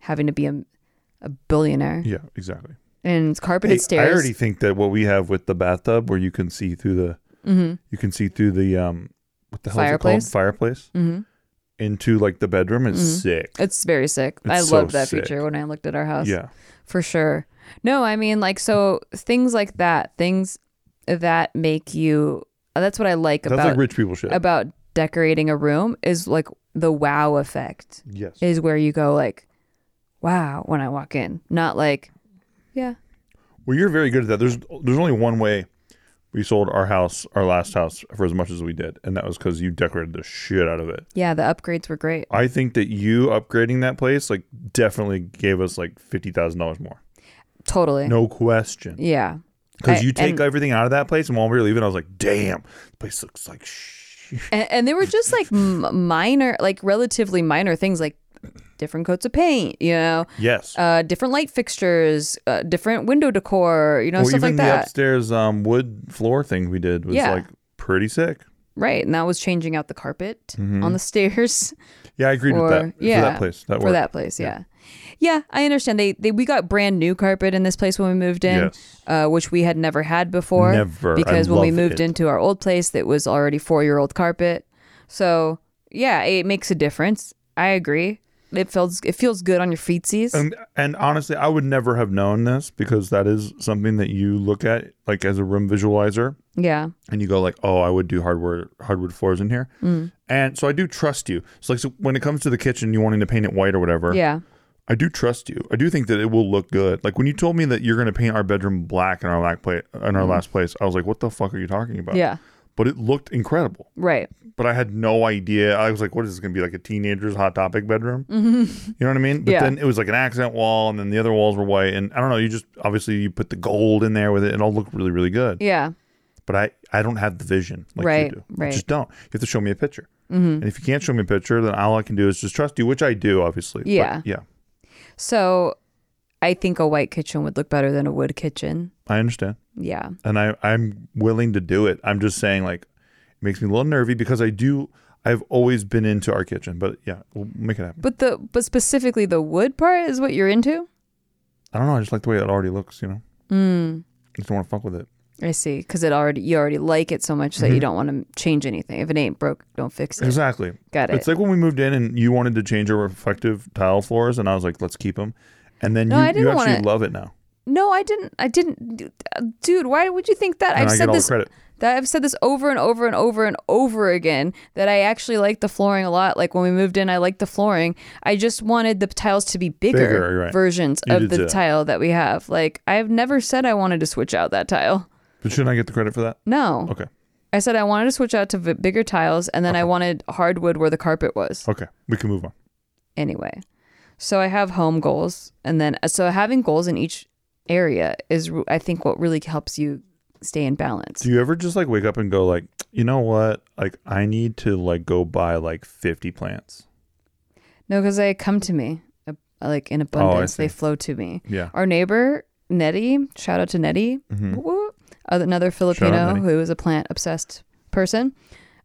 Speaker 1: having to be a, a billionaire
Speaker 2: Yeah, exactly.
Speaker 1: and it's carpeted
Speaker 2: Hey,
Speaker 1: stairs.
Speaker 2: I already think that what we have with the bathtub, where you can see through the, you can see through the um, what the hell is
Speaker 1: Mm-hmm. Fireplace? Mm-hmm.
Speaker 2: it called? Fireplace
Speaker 1: Mhm.
Speaker 2: into like the bedroom. It's sick.
Speaker 1: It's very sick.
Speaker 2: It's
Speaker 1: I
Speaker 2: so
Speaker 1: loved that
Speaker 2: sick.
Speaker 1: feature when I looked at our house.
Speaker 2: Yeah,
Speaker 1: For sure. No, I mean like so things like that, things that make you that's what I like
Speaker 2: that's
Speaker 1: about
Speaker 2: like rich people shit.
Speaker 1: about decorating a room is like the wow effect
Speaker 2: yes.
Speaker 1: is where you go like wow when I walk in. Not like yeah.
Speaker 2: Well, you're very good at that. There's there's only one way we sold our house, our last house, for as much as we did, and that was because you decorated the shit out of it.
Speaker 1: Yeah, the upgrades were great.
Speaker 2: I think that you upgrading that place like definitely gave us like fifty thousand dollars more,
Speaker 1: Totally.
Speaker 2: no question.
Speaker 1: Yeah.
Speaker 2: Because
Speaker 1: I-
Speaker 2: you take
Speaker 1: and-
Speaker 2: everything out of that place, and while we were leaving, I was like, "Damn, this place looks like shit."
Speaker 1: and, and they were just like m- minor like relatively minor things like different coats of paint, you know.
Speaker 2: Yes,
Speaker 1: uh, different light fixtures, uh, different window decor, you know,
Speaker 2: or
Speaker 1: stuff like
Speaker 2: even the
Speaker 1: that.
Speaker 2: upstairs um, wood floor thing we did was
Speaker 1: Yeah.
Speaker 2: like pretty sick.
Speaker 1: right. And that was changing out the carpet on the stairs
Speaker 2: Yeah, I agreed
Speaker 1: Or-
Speaker 2: with that for
Speaker 1: yeah,
Speaker 2: that place. Mm-hmm. That
Speaker 1: for
Speaker 2: worked.
Speaker 1: that place. Yeah. yeah. I understand. They, they, we got brand new carpet in this place when we moved in,
Speaker 2: Yes.
Speaker 1: uh, which we had never had before.
Speaker 2: Never. I
Speaker 1: Because when we
Speaker 2: love
Speaker 1: moved
Speaker 2: it.
Speaker 1: into our old place, that was already four year old carpet. So yeah, it makes a difference. I agree. It feels, it feels good on your feetsies.
Speaker 2: And and honestly, I would never have known this because that is something that you look at like as a room visualizer,
Speaker 1: yeah.
Speaker 2: and you go like, "Oh, I would do hardwood hardwood floors in here."
Speaker 1: Mm.
Speaker 2: And so I do trust you. So like, so when it comes to the kitchen, you wanting to paint it white or whatever,
Speaker 1: Yeah.
Speaker 2: I do trust you. I do think that it will look good. Like when you told me that you're going to paint our bedroom black in our last place, in our last place, I was like, "What the fuck are you talking about?"
Speaker 1: Mm-hmm. Yeah.
Speaker 2: But it looked incredible.
Speaker 1: Right.
Speaker 2: But I had no idea. I was like, "What is this going to be like a teenager's hot topic bedroom?" You know what I mean? But
Speaker 1: Mm-hmm. Yeah.
Speaker 2: then it was like an accent wall, and then the other walls were white. And I don't know. You just obviously you put the gold in there with it, and it'll look really, really good.
Speaker 1: Yeah.
Speaker 2: But I, I don't have the vision like
Speaker 1: Right,
Speaker 2: you do.
Speaker 1: right. Mm-hmm.
Speaker 2: I just don't. You have to show me a picture. And if you can't show me a picture, then all I can do is just trust you, which I do, obviously. But
Speaker 1: Yeah.
Speaker 2: yeah.
Speaker 1: So I think a white kitchen would look better than a wood kitchen.
Speaker 2: I understand,
Speaker 1: Yeah.
Speaker 2: and I, I'm willing to do it. I'm just saying, like, it makes me a little nervy because I do. I've always been into our kitchen, but yeah, we'll make it happen.
Speaker 1: But the but specifically the wood part is what you're into?
Speaker 2: I don't know. I just like the way it already looks. You know.
Speaker 1: Mm.
Speaker 2: I just don't want to fuck with it.
Speaker 1: I see, cuz it already you already like it so much that
Speaker 2: Mm-hmm.
Speaker 1: you don't want to change anything. If it ain't broke, don't fix it.
Speaker 2: Exactly.
Speaker 1: Got
Speaker 2: It's
Speaker 1: it.
Speaker 2: like when we moved in and you wanted to change our reflective tile floors, and I was like, let's keep them. And then
Speaker 1: No,
Speaker 2: you,
Speaker 1: I
Speaker 2: you
Speaker 1: didn't
Speaker 2: actually
Speaker 1: wanna-
Speaker 2: love it now.
Speaker 1: no, I didn't I didn't dude, why would you think that?
Speaker 2: And
Speaker 1: I've
Speaker 2: I
Speaker 1: said
Speaker 2: get all
Speaker 1: this
Speaker 2: the credit.
Speaker 1: that I've said this over and over and over and over again that I actually liked the flooring a lot. Like when we moved in, I liked the flooring. I just wanted the tiles to be bigger,
Speaker 2: Bigger, right.
Speaker 1: versions
Speaker 2: You
Speaker 1: of
Speaker 2: did
Speaker 1: the
Speaker 2: say that.
Speaker 1: tile that we have. Like I've never said I wanted to switch out that tile.
Speaker 2: But shouldn't I get the credit for that?
Speaker 1: No.
Speaker 2: Okay.
Speaker 1: I said I wanted to switch out to v- bigger tiles and then I wanted hardwood where the carpet was.
Speaker 2: Okay. We can move on.
Speaker 1: Anyway. So I have home goals and then so having goals in each area is re- I think what really helps you stay in balance.
Speaker 2: Do you ever just like wake up and go like, you know what? Like I need to like go buy like 50 plants.
Speaker 1: No, cuz they come to me uh, like in abundance. they
Speaker 2: Oh, see.
Speaker 1: flow to me.
Speaker 2: Yeah.
Speaker 1: Our neighbor Nettie, shout out to Nettie,
Speaker 2: Mhm.
Speaker 1: Woo. Uh, another Filipino
Speaker 2: Nettie.
Speaker 1: who is a plant obsessed person.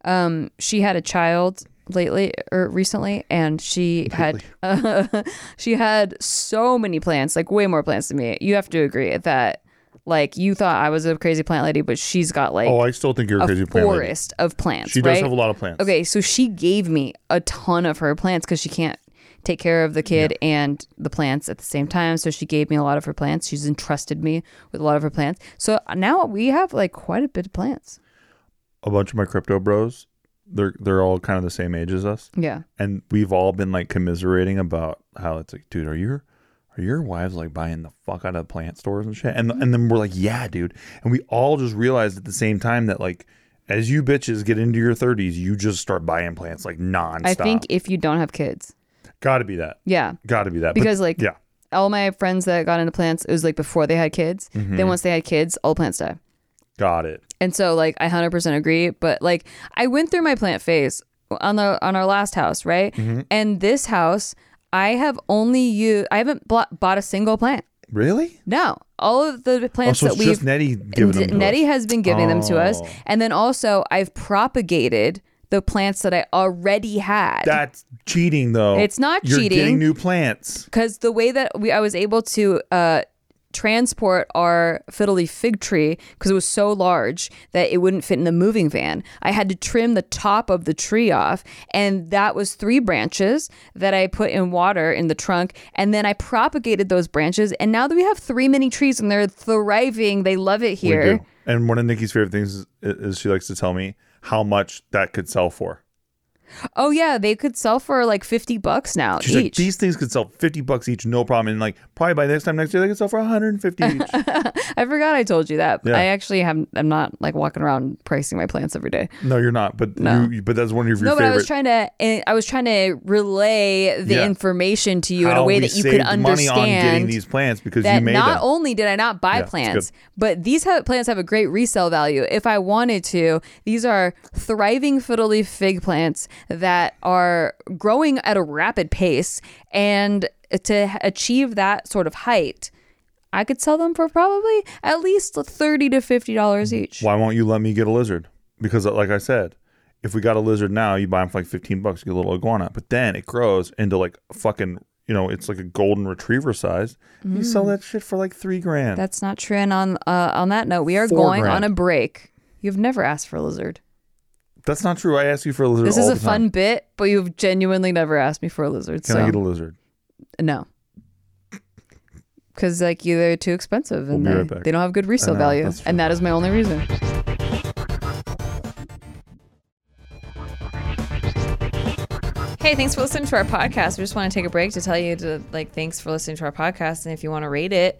Speaker 1: Um, she had a child lately or recently, and she had she had so many plants, like way more plants than me. You have to agree that, like, you thought I was a crazy plant lady, but she's got like
Speaker 2: Oh, I still think you're a
Speaker 1: a
Speaker 2: crazy plant lady.
Speaker 1: forest of plants.
Speaker 2: She
Speaker 1: right?
Speaker 2: does have a lot of plants.
Speaker 1: Okay, so she gave me a ton of her plants because she can't take care of the kid and the plants at the same time. So she gave me a lot of her plants. She's entrusted me with a lot of her plants. So now we have like quite a bit of plants.
Speaker 2: A bunch of my crypto bros, they're they're all kind of the same age as us.
Speaker 1: Yeah.
Speaker 2: and we've all been like commiserating about how it's like, dude, are your are your wives like buying the fuck out of plant stores and shit? And and then we're like, yeah, dude. And we all just realized at the same time that like, as you bitches get into your thirties, you just start buying plants like nonstop.
Speaker 1: I think if you don't have kids.
Speaker 2: got to be that.
Speaker 1: Yeah.
Speaker 2: Got to be that. But-
Speaker 1: Because like
Speaker 2: yeah,
Speaker 1: all my friends that got into plants, it was like before they had kids.
Speaker 2: Mm-hmm.
Speaker 1: Then once they had kids, all plants die.
Speaker 2: got it.
Speaker 1: And so like I 100% agree, but like I went through my plant phase on the on our last house, right?
Speaker 2: Mm-hmm.
Speaker 1: And this house, I have only you I haven't blo- bought a single plant.
Speaker 2: Really?
Speaker 1: No. All of the
Speaker 2: Oh,
Speaker 1: plants
Speaker 2: so
Speaker 1: that
Speaker 2: it's just
Speaker 1: we've
Speaker 2: Nettie giving them. to us.
Speaker 1: Nettie has been giving them to us,
Speaker 2: Oh.
Speaker 1: and then also I've propagated the plants that I already had.
Speaker 2: That's cheating, though.
Speaker 1: It's not
Speaker 2: You're
Speaker 1: cheating.
Speaker 2: Getting new plants.
Speaker 1: because the way that we I was able to uh, transport our fiddly fig tree because it was so large that it wouldn't fit in the moving van. I had to trim the top of the tree off, and that was three branches that I put in water in the trunk, and then I propagated those branches. And now that we have three mini trees and they're thriving, they love it
Speaker 2: We
Speaker 1: here.
Speaker 2: do. And one of Nikki's favorite things is, is she likes to tell me how much that could sell for.
Speaker 1: Oh yeah, they could sell for like fifty bucks now
Speaker 2: She's like,
Speaker 1: each.
Speaker 2: these things could sell 50 bucks each, no problem. And like, probably by next time next year, they could sell for 150 each.
Speaker 1: I forgot I told you that.
Speaker 2: Yeah.
Speaker 1: I actually have. I'm not like walking around pricing my plants every day.
Speaker 2: no, you're not. But
Speaker 1: No.
Speaker 2: you, you- but that's one of your
Speaker 1: No, but
Speaker 2: favorite.
Speaker 1: I was trying to, and I was trying to relay the
Speaker 2: Yeah.
Speaker 1: information to you in a
Speaker 2: how
Speaker 1: way
Speaker 2: we
Speaker 1: that you could
Speaker 2: saved money on getting
Speaker 1: understand
Speaker 2: these plants because you
Speaker 1: that
Speaker 2: made
Speaker 1: not
Speaker 2: them.
Speaker 1: only did I not buy
Speaker 2: it's
Speaker 1: plants, but these ha- plants have a great resale value. If I wanted to, these are thriving fiddle leaf fig plants that are growing at a rapid pace, and to h- achieve that sort of height, I could sell them for probably at least thirty to fifty dollars each.
Speaker 2: Why won't you let me get a lizard? Because uh, like I said, if we got a lizard now, you buy them for like 15 bucks, you get a little iguana. But then it grows into like fucking, you know, it's like a golden retriever size. and
Speaker 1: Mm.
Speaker 2: You sell that shit for like three grand.
Speaker 1: That's not true. And on uh, on that note, we are
Speaker 2: Four
Speaker 1: going
Speaker 2: grand.
Speaker 1: on a break. You've never asked for a lizard.
Speaker 2: that's not true. I asked you for a lizard
Speaker 1: This
Speaker 2: all
Speaker 1: is a
Speaker 2: the time.
Speaker 1: fun bit, but you've genuinely never asked me for a lizard.
Speaker 2: Can
Speaker 1: so
Speaker 2: I get a lizard?
Speaker 1: no, because like you, they're too expensive and
Speaker 2: We'll be
Speaker 1: they,
Speaker 2: right back.
Speaker 1: they don't have good resale
Speaker 2: know,
Speaker 1: value,
Speaker 2: that's
Speaker 1: and that is my only reason. Hey, thanks for listening to our podcast. We just want to take a break to tell you to like thanks for listening to our podcast, and if you want to rate it,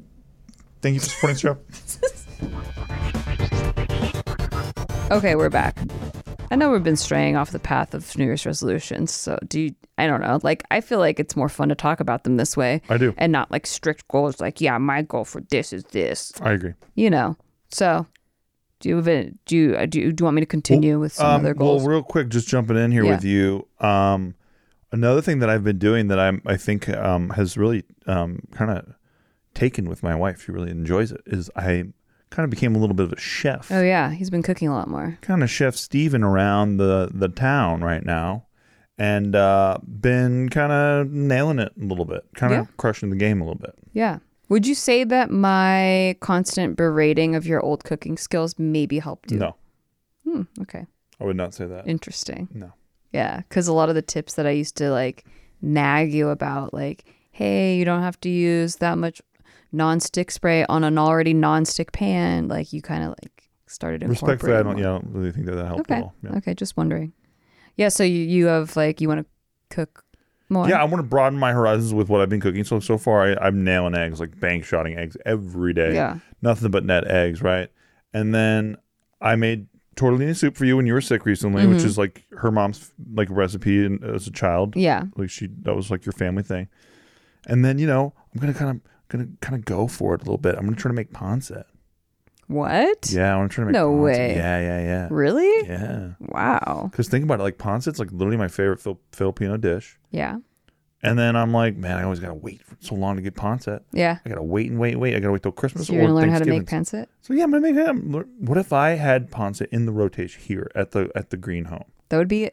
Speaker 3: Thank you for supporting the show.
Speaker 1: Okay, we're back. I know we've been straying off the path of New Year's resolutions. So do you, I don't know. Like I feel like it's more fun to talk about them this way.
Speaker 2: I do.
Speaker 1: And not like strict goals like, yeah, my goal for this is this.
Speaker 2: I agree.
Speaker 1: You know. So do you have a, do you, uh, do you, do you want me to continue with some
Speaker 2: um,
Speaker 1: other goals?
Speaker 2: Well, real quick, just jumping in here
Speaker 1: Yeah.
Speaker 2: with you. Um, another thing that I've been doing that I'm, I think um, has really um, kind of taken with my wife. She really enjoys it. Is I kind of became a little bit of a chef,
Speaker 1: oh yeah, he's been cooking a lot more.
Speaker 2: kind of chef Steven around the the town right now, and uh, been kind of nailing it a little bit, kind of
Speaker 1: Yeah.
Speaker 2: crushing the game a little bit.
Speaker 1: Yeah. Would you say that my constant berating of your old cooking skills maybe helped you?
Speaker 2: No,
Speaker 1: Hmm, okay.
Speaker 2: I would not say that.
Speaker 1: Interesting.
Speaker 2: No.
Speaker 1: Yeah, because a lot of the tips that I used to like nag you about, like, hey, you don't have to use that much nonstick spray on an already nonstick pan. Like, you kind of like started incorporating.
Speaker 2: Respectfully, I don't.
Speaker 1: more.
Speaker 2: Yeah, I don't really think that that helped at
Speaker 1: Okay.
Speaker 2: all. Yeah.
Speaker 1: Okay. Just wondering. Yeah. So you you have like you want to cook more.
Speaker 2: Yeah, I want to broaden my horizons with what I've been cooking. So so far, I, I'm nailing eggs, like bank shotting eggs every day.
Speaker 1: Yeah.
Speaker 2: nothing but net eggs, right? And then I made tortellini soup for you when you were sick recently,
Speaker 1: Mm-hmm.
Speaker 2: which is like her mom's like recipe and, as a child.
Speaker 1: Yeah.
Speaker 2: Like she that was like your family thing. And then you know I'm gonna kind of gonna kind of go for it a little bit. I'm gonna try to make pancetta.
Speaker 1: What?
Speaker 2: Yeah, I want to try to make
Speaker 1: No
Speaker 2: pancetta.
Speaker 1: way.
Speaker 2: Yeah, yeah, yeah,
Speaker 1: Really?
Speaker 2: yeah.
Speaker 1: Wow.
Speaker 2: Because think about it, like pancetta's like literally my favorite Fil- Filipino dish.
Speaker 1: Yeah.
Speaker 2: And then I'm like, man, I always gotta wait for so long to get pancetta.
Speaker 1: Yeah.
Speaker 2: I gotta wait and wait and wait. I gotta wait till Christmas
Speaker 1: So
Speaker 2: or
Speaker 1: you're gonna learn how to
Speaker 2: Thanksgiving.
Speaker 1: make pancit.
Speaker 2: So yeah, I'm gonna make that. I'm lear- What if I had Ponce in the rotation here at the at the Green Home?
Speaker 1: That would be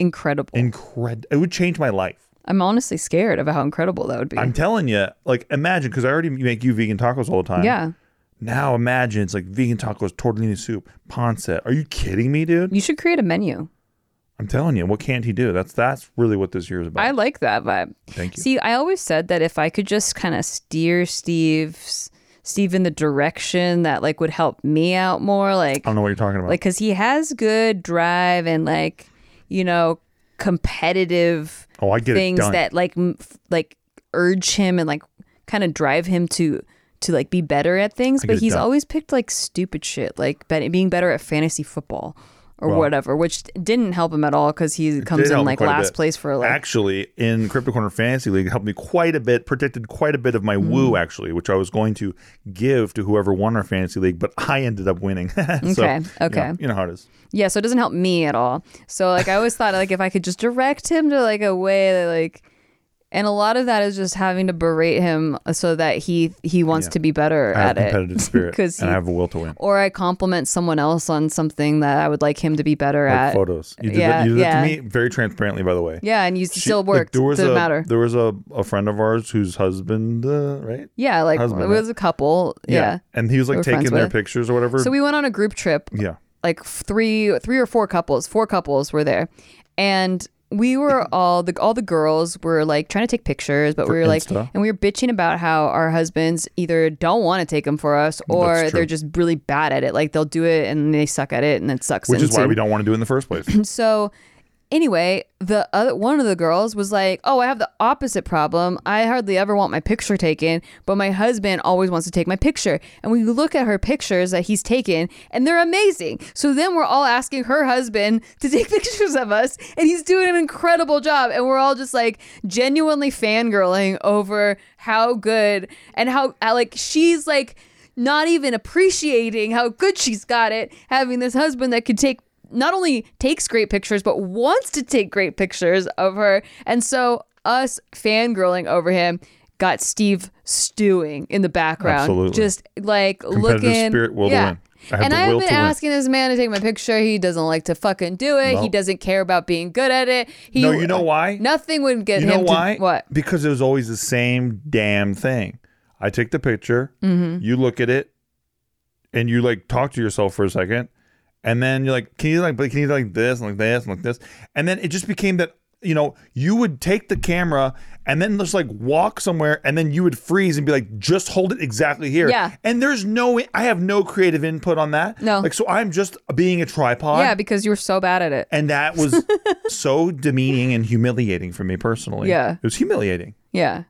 Speaker 1: incredible.
Speaker 2: Incredible! It would change my life.
Speaker 1: I'm honestly scared of how incredible that would be.
Speaker 2: I'm telling you, like imagine because I already make you vegan tacos all the time.
Speaker 1: yeah.
Speaker 2: Now imagine it's like vegan tacos, tortellini soup, Ponce. Are you kidding me, dude?
Speaker 1: You should create a menu.
Speaker 2: I'm telling you, what can't he do? That's that's really what this year is about.
Speaker 1: I like that vibe.
Speaker 2: Thank you.
Speaker 1: See, I always said that if I could just kind of steer Steve's Steve in the direction that like would help me out more, like
Speaker 2: I don't know what you're talking about.
Speaker 1: like because he has good drive and like you know competitive
Speaker 2: oh, I get it
Speaker 1: things
Speaker 2: done.
Speaker 1: that like m- f- like urge him and like kind of drive him to to like be better at things
Speaker 2: I
Speaker 1: but
Speaker 2: get it
Speaker 1: he's
Speaker 2: done.
Speaker 1: always picked like stupid shit like bet- being better at fantasy football or
Speaker 2: Well-
Speaker 1: whatever which didn't help him at all because he comes
Speaker 2: Did help
Speaker 1: in
Speaker 2: me
Speaker 1: like
Speaker 2: quite a
Speaker 1: last
Speaker 2: bit.
Speaker 1: place for like
Speaker 2: actually in Crypto Corner Fantasy League it helped me quite a bit, protected quite a bit of my
Speaker 1: Mm.
Speaker 2: woo actually, which I was going to give to whoever won our fantasy league, but I ended up winning. so,
Speaker 1: Okay,
Speaker 2: You
Speaker 1: okay.
Speaker 2: know, you know how it is.
Speaker 1: yeah so it doesn't help me at all so like i always thought like if i could just direct him to like a way that like and a lot of that is just having to berate him so that he he wants to be better
Speaker 2: I
Speaker 1: at
Speaker 2: have
Speaker 1: it
Speaker 2: competitive spirit
Speaker 1: 'Cause
Speaker 2: and I
Speaker 1: you-
Speaker 2: have a will to win.
Speaker 1: or I compliment someone else on something that I would like him to be better
Speaker 2: Like
Speaker 1: at.
Speaker 2: photos. You did,
Speaker 1: yeah,
Speaker 2: that, you did that
Speaker 1: yeah.
Speaker 2: to me very transparently, by the way.
Speaker 1: Yeah, and you
Speaker 2: She-
Speaker 1: still
Speaker 2: like,
Speaker 1: worked.
Speaker 2: there was
Speaker 1: Doesn't
Speaker 2: a,
Speaker 1: matter.
Speaker 2: There was a, a friend of ours whose husband, uh, right?
Speaker 1: Yeah, like
Speaker 2: husband,
Speaker 1: it was a couple. Yeah.
Speaker 2: And he was like
Speaker 1: We're friends
Speaker 2: taking their
Speaker 1: with.
Speaker 2: pictures or whatever.
Speaker 1: So we went on a group trip.
Speaker 2: yeah.
Speaker 1: Like three, three or four couples. Four couples were there, and we were all the all the girls were like trying to take pictures, but we were like,
Speaker 2: Insta.
Speaker 1: and we were bitching about how our husbands either don't want to take them for us or
Speaker 2: That's true.
Speaker 1: they're just really bad at it. Like they'll do it and they suck at it, and it sucks.
Speaker 2: Which is why
Speaker 1: ensues.
Speaker 2: we don't want to do it in the first place.
Speaker 1: And so anyway, the other one of the girls was like, "Oh, I have the opposite problem. I hardly ever want my picture taken, but my husband always wants to take my picture." And we look at her pictures that he's taken, and they're amazing. So then we're all asking her husband to take pictures of us, and he's doing an incredible job, and we're all just like genuinely fangirling over how good and how uh, like she's like not even appreciating how good she's got it having this husband that could take not only takes great pictures but wants to take great pictures of her and so us fangirling over him got steve stewing in the background
Speaker 2: Absolutely.
Speaker 1: just like
Speaker 2: Competitive
Speaker 1: looking
Speaker 2: spirit, will to
Speaker 1: yeah.
Speaker 2: win. I have
Speaker 1: and
Speaker 2: the
Speaker 1: I've
Speaker 2: will
Speaker 1: been
Speaker 2: to win.
Speaker 1: asking this man to take my picture. He doesn't like to fucking do it. He
Speaker 2: No.
Speaker 1: doesn't care about being good at it. He,
Speaker 2: No, you know why?
Speaker 1: Nothing would get
Speaker 2: You
Speaker 1: him
Speaker 2: know why?
Speaker 1: to what?
Speaker 2: Because it was always the same damn thing. I take the picture,
Speaker 1: Mm-hmm.
Speaker 2: you look at it, and you like talk to yourself for a second, and then you're like, can you like, but can you like this and like this and like this, and then it just became that you know you would take the camera and then just like walk somewhere and then you would freeze and be like just hold it exactly here
Speaker 1: Yeah.
Speaker 2: and there's no i have no creative input on that
Speaker 1: No.
Speaker 2: like so i'm just being a tripod
Speaker 1: Yeah, because you were so bad at it.
Speaker 2: and that was so demeaning and humiliating for me personally.
Speaker 1: Yeah.
Speaker 2: It was humiliating.
Speaker 1: Yeah.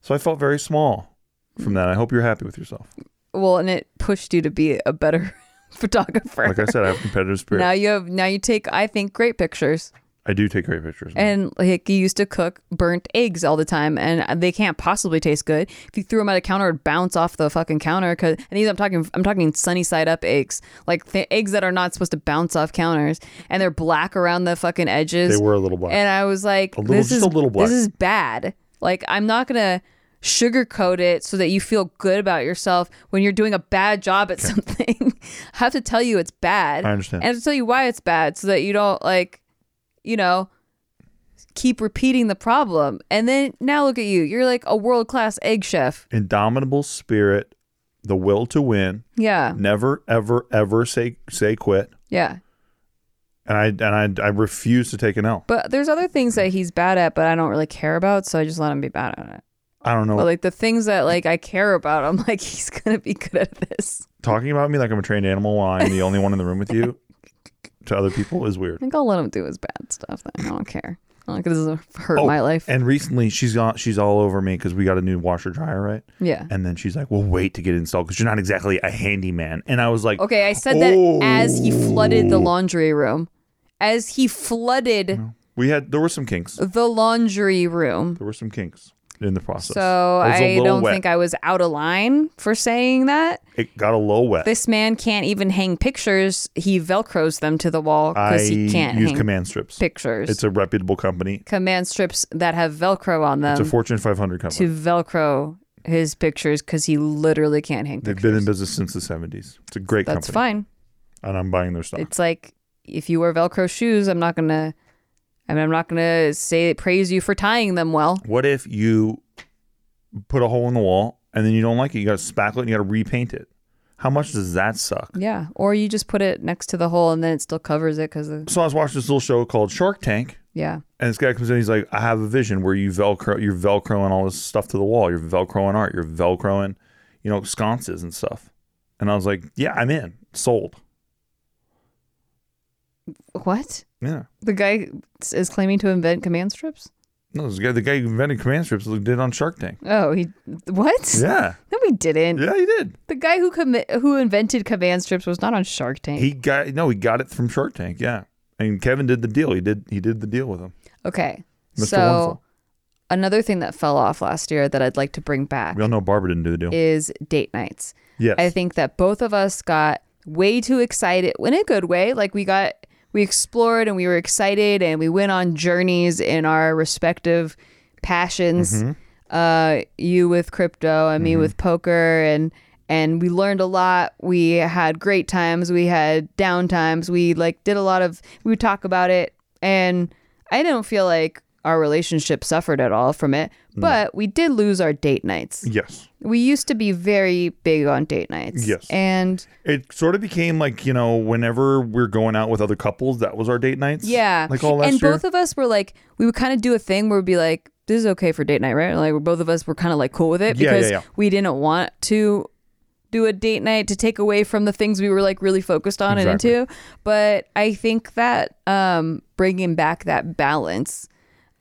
Speaker 2: So I felt very small from that. I hope you're happy with yourself.
Speaker 1: Well, and it pushed you to be a better photographer.
Speaker 2: Like I said, I have competitive spirit.
Speaker 1: now you have now you take I think great pictures.
Speaker 2: I do take great pictures.
Speaker 1: And like you used to cook burnt eggs all the time, and they can't possibly taste good. If you threw them at a counter, it'd bounce off the fucking counter. Cause and these I'm talking I'm talking sunny side up eggs, like th- eggs that are not supposed to bounce off counters, and they're black around the fucking edges.
Speaker 2: they were a little black.
Speaker 1: And I was like,
Speaker 2: little-
Speaker 1: this
Speaker 2: just
Speaker 1: is
Speaker 2: a little black.
Speaker 1: This is bad. Like I'm not gonna sugarcoat it so that you feel good about yourself when you're doing a bad job at something. I have to tell you it's bad.
Speaker 2: I understand.
Speaker 1: And I have to tell you why it's bad so that you don't like, you know, keep repeating the problem. And then now look at you. You're like a world class egg chef.
Speaker 2: Indomitable spirit, the will to win.
Speaker 1: Yeah.
Speaker 2: Never, ever, ever say say quit.
Speaker 1: Yeah.
Speaker 2: And I and I, I refuse to take an L.
Speaker 1: But there's other things that he's bad at, but I don't really care about. So I just let him be bad at it.
Speaker 2: I don't know.
Speaker 1: But like the things that like I care about, I'm like, he's going to be good at this.
Speaker 2: Talking about me like I'm a trained animal while I'm the only one in the room with you to other people is weird.
Speaker 1: I think I'll let him do his bad stuff. Then. I don't care. I don't think this doesn't hurt
Speaker 2: Oh,
Speaker 1: my life.
Speaker 2: And recently, she's on, she's all over me because we got a new washer dryer, right?
Speaker 1: yeah.
Speaker 2: And then she's like, "Well, wait to get it installed because you're not exactly a handyman." And I was like,
Speaker 1: Okay, I said that as he flooded
Speaker 2: Oh.
Speaker 1: the laundry room. As he flooded
Speaker 2: "We had there were some kinks.
Speaker 1: the laundry room.
Speaker 2: There were some kinks in the process.
Speaker 1: So
Speaker 2: It was a
Speaker 1: I
Speaker 2: little
Speaker 1: don't
Speaker 2: wet.
Speaker 1: think I was out of line for saying that.
Speaker 2: it got a little wet.
Speaker 1: This man can't even hang pictures. He velcros them to the wall
Speaker 2: I
Speaker 1: because he can't
Speaker 2: use
Speaker 1: hang
Speaker 2: command strips.
Speaker 1: pictures.
Speaker 2: It's a reputable company.
Speaker 1: command strips that have velcro on them
Speaker 2: It's a Fortune 500 company.
Speaker 1: Um, to velcro his pictures because he literally can't hang
Speaker 2: They've
Speaker 1: pictures.
Speaker 2: been in business since the 70s. It's a great
Speaker 1: That's
Speaker 2: company,
Speaker 1: fine.
Speaker 2: and I'm buying their stock.
Speaker 1: It's like if you wear velcro shoes, I'm not gonna. I mean, I'm not gonna say praise you for tying them well.
Speaker 2: What if you put a hole in the wall and then you don't like it? You got to spackle it and you got to repaint it. How much does that suck?
Speaker 1: Yeah, or you just put it next to the hole and then it still covers it because
Speaker 2: So I was watching this little show called Shark Tank,
Speaker 1: yeah,
Speaker 2: and this guy comes in. He's like, "I have a vision where you velcro, you're velcroing all this stuff to the wall. You're velcroing art. You're velcroing, you know, sconces and stuff." And I was like, "Yeah, I'm in. Sold."
Speaker 1: what
Speaker 2: Yeah.
Speaker 1: the guy s- is claiming to invent command strips.
Speaker 2: No, this guy, the guy who invented command strips, did it on Shark Tank.
Speaker 1: Oh, he what?
Speaker 2: Yeah,
Speaker 1: No, we didn't.
Speaker 2: yeah, he did.
Speaker 1: The guy who commi- who invented command strips was not on Shark Tank.
Speaker 2: He got no, he got it from Shark Tank. Yeah, and Kevin did the deal. He did, he did the deal with him.
Speaker 1: okay,
Speaker 2: Mr.
Speaker 1: so
Speaker 2: Wonderful.
Speaker 1: another thing that fell off last year that I'd like to bring back
Speaker 2: We all know Barbara didn't do the deal.
Speaker 1: is date nights.
Speaker 2: Yes.
Speaker 1: I think that both of us got way too excited in a good way. Like we got we explored and we were excited and we went on journeys in our respective passions. Uh, you with crypto and me with poker and and we learned a lot. We had great times. We had down times. We like did a lot of we would talk about it and I don't feel like our relationship suffered at all from it, but we did lose our date nights.
Speaker 2: yes.
Speaker 1: We used to be very big on date nights.
Speaker 2: Yes.
Speaker 1: And
Speaker 2: It sort of became like, you know, whenever we're going out with other couples, that was our date nights.
Speaker 1: yeah.
Speaker 2: Like all last
Speaker 1: and
Speaker 2: year.
Speaker 1: both of us were like, we would kind of do a thing where we'd be like, this is okay for date night, right? Like, we're both of us were kind of like cool with it
Speaker 2: Yeah, yeah,
Speaker 1: because
Speaker 2: yeah.
Speaker 1: we didn't want to do a date night to take away from the things we were like really focused on
Speaker 2: Exactly.
Speaker 1: and into. But I think that um, bringing back that balance,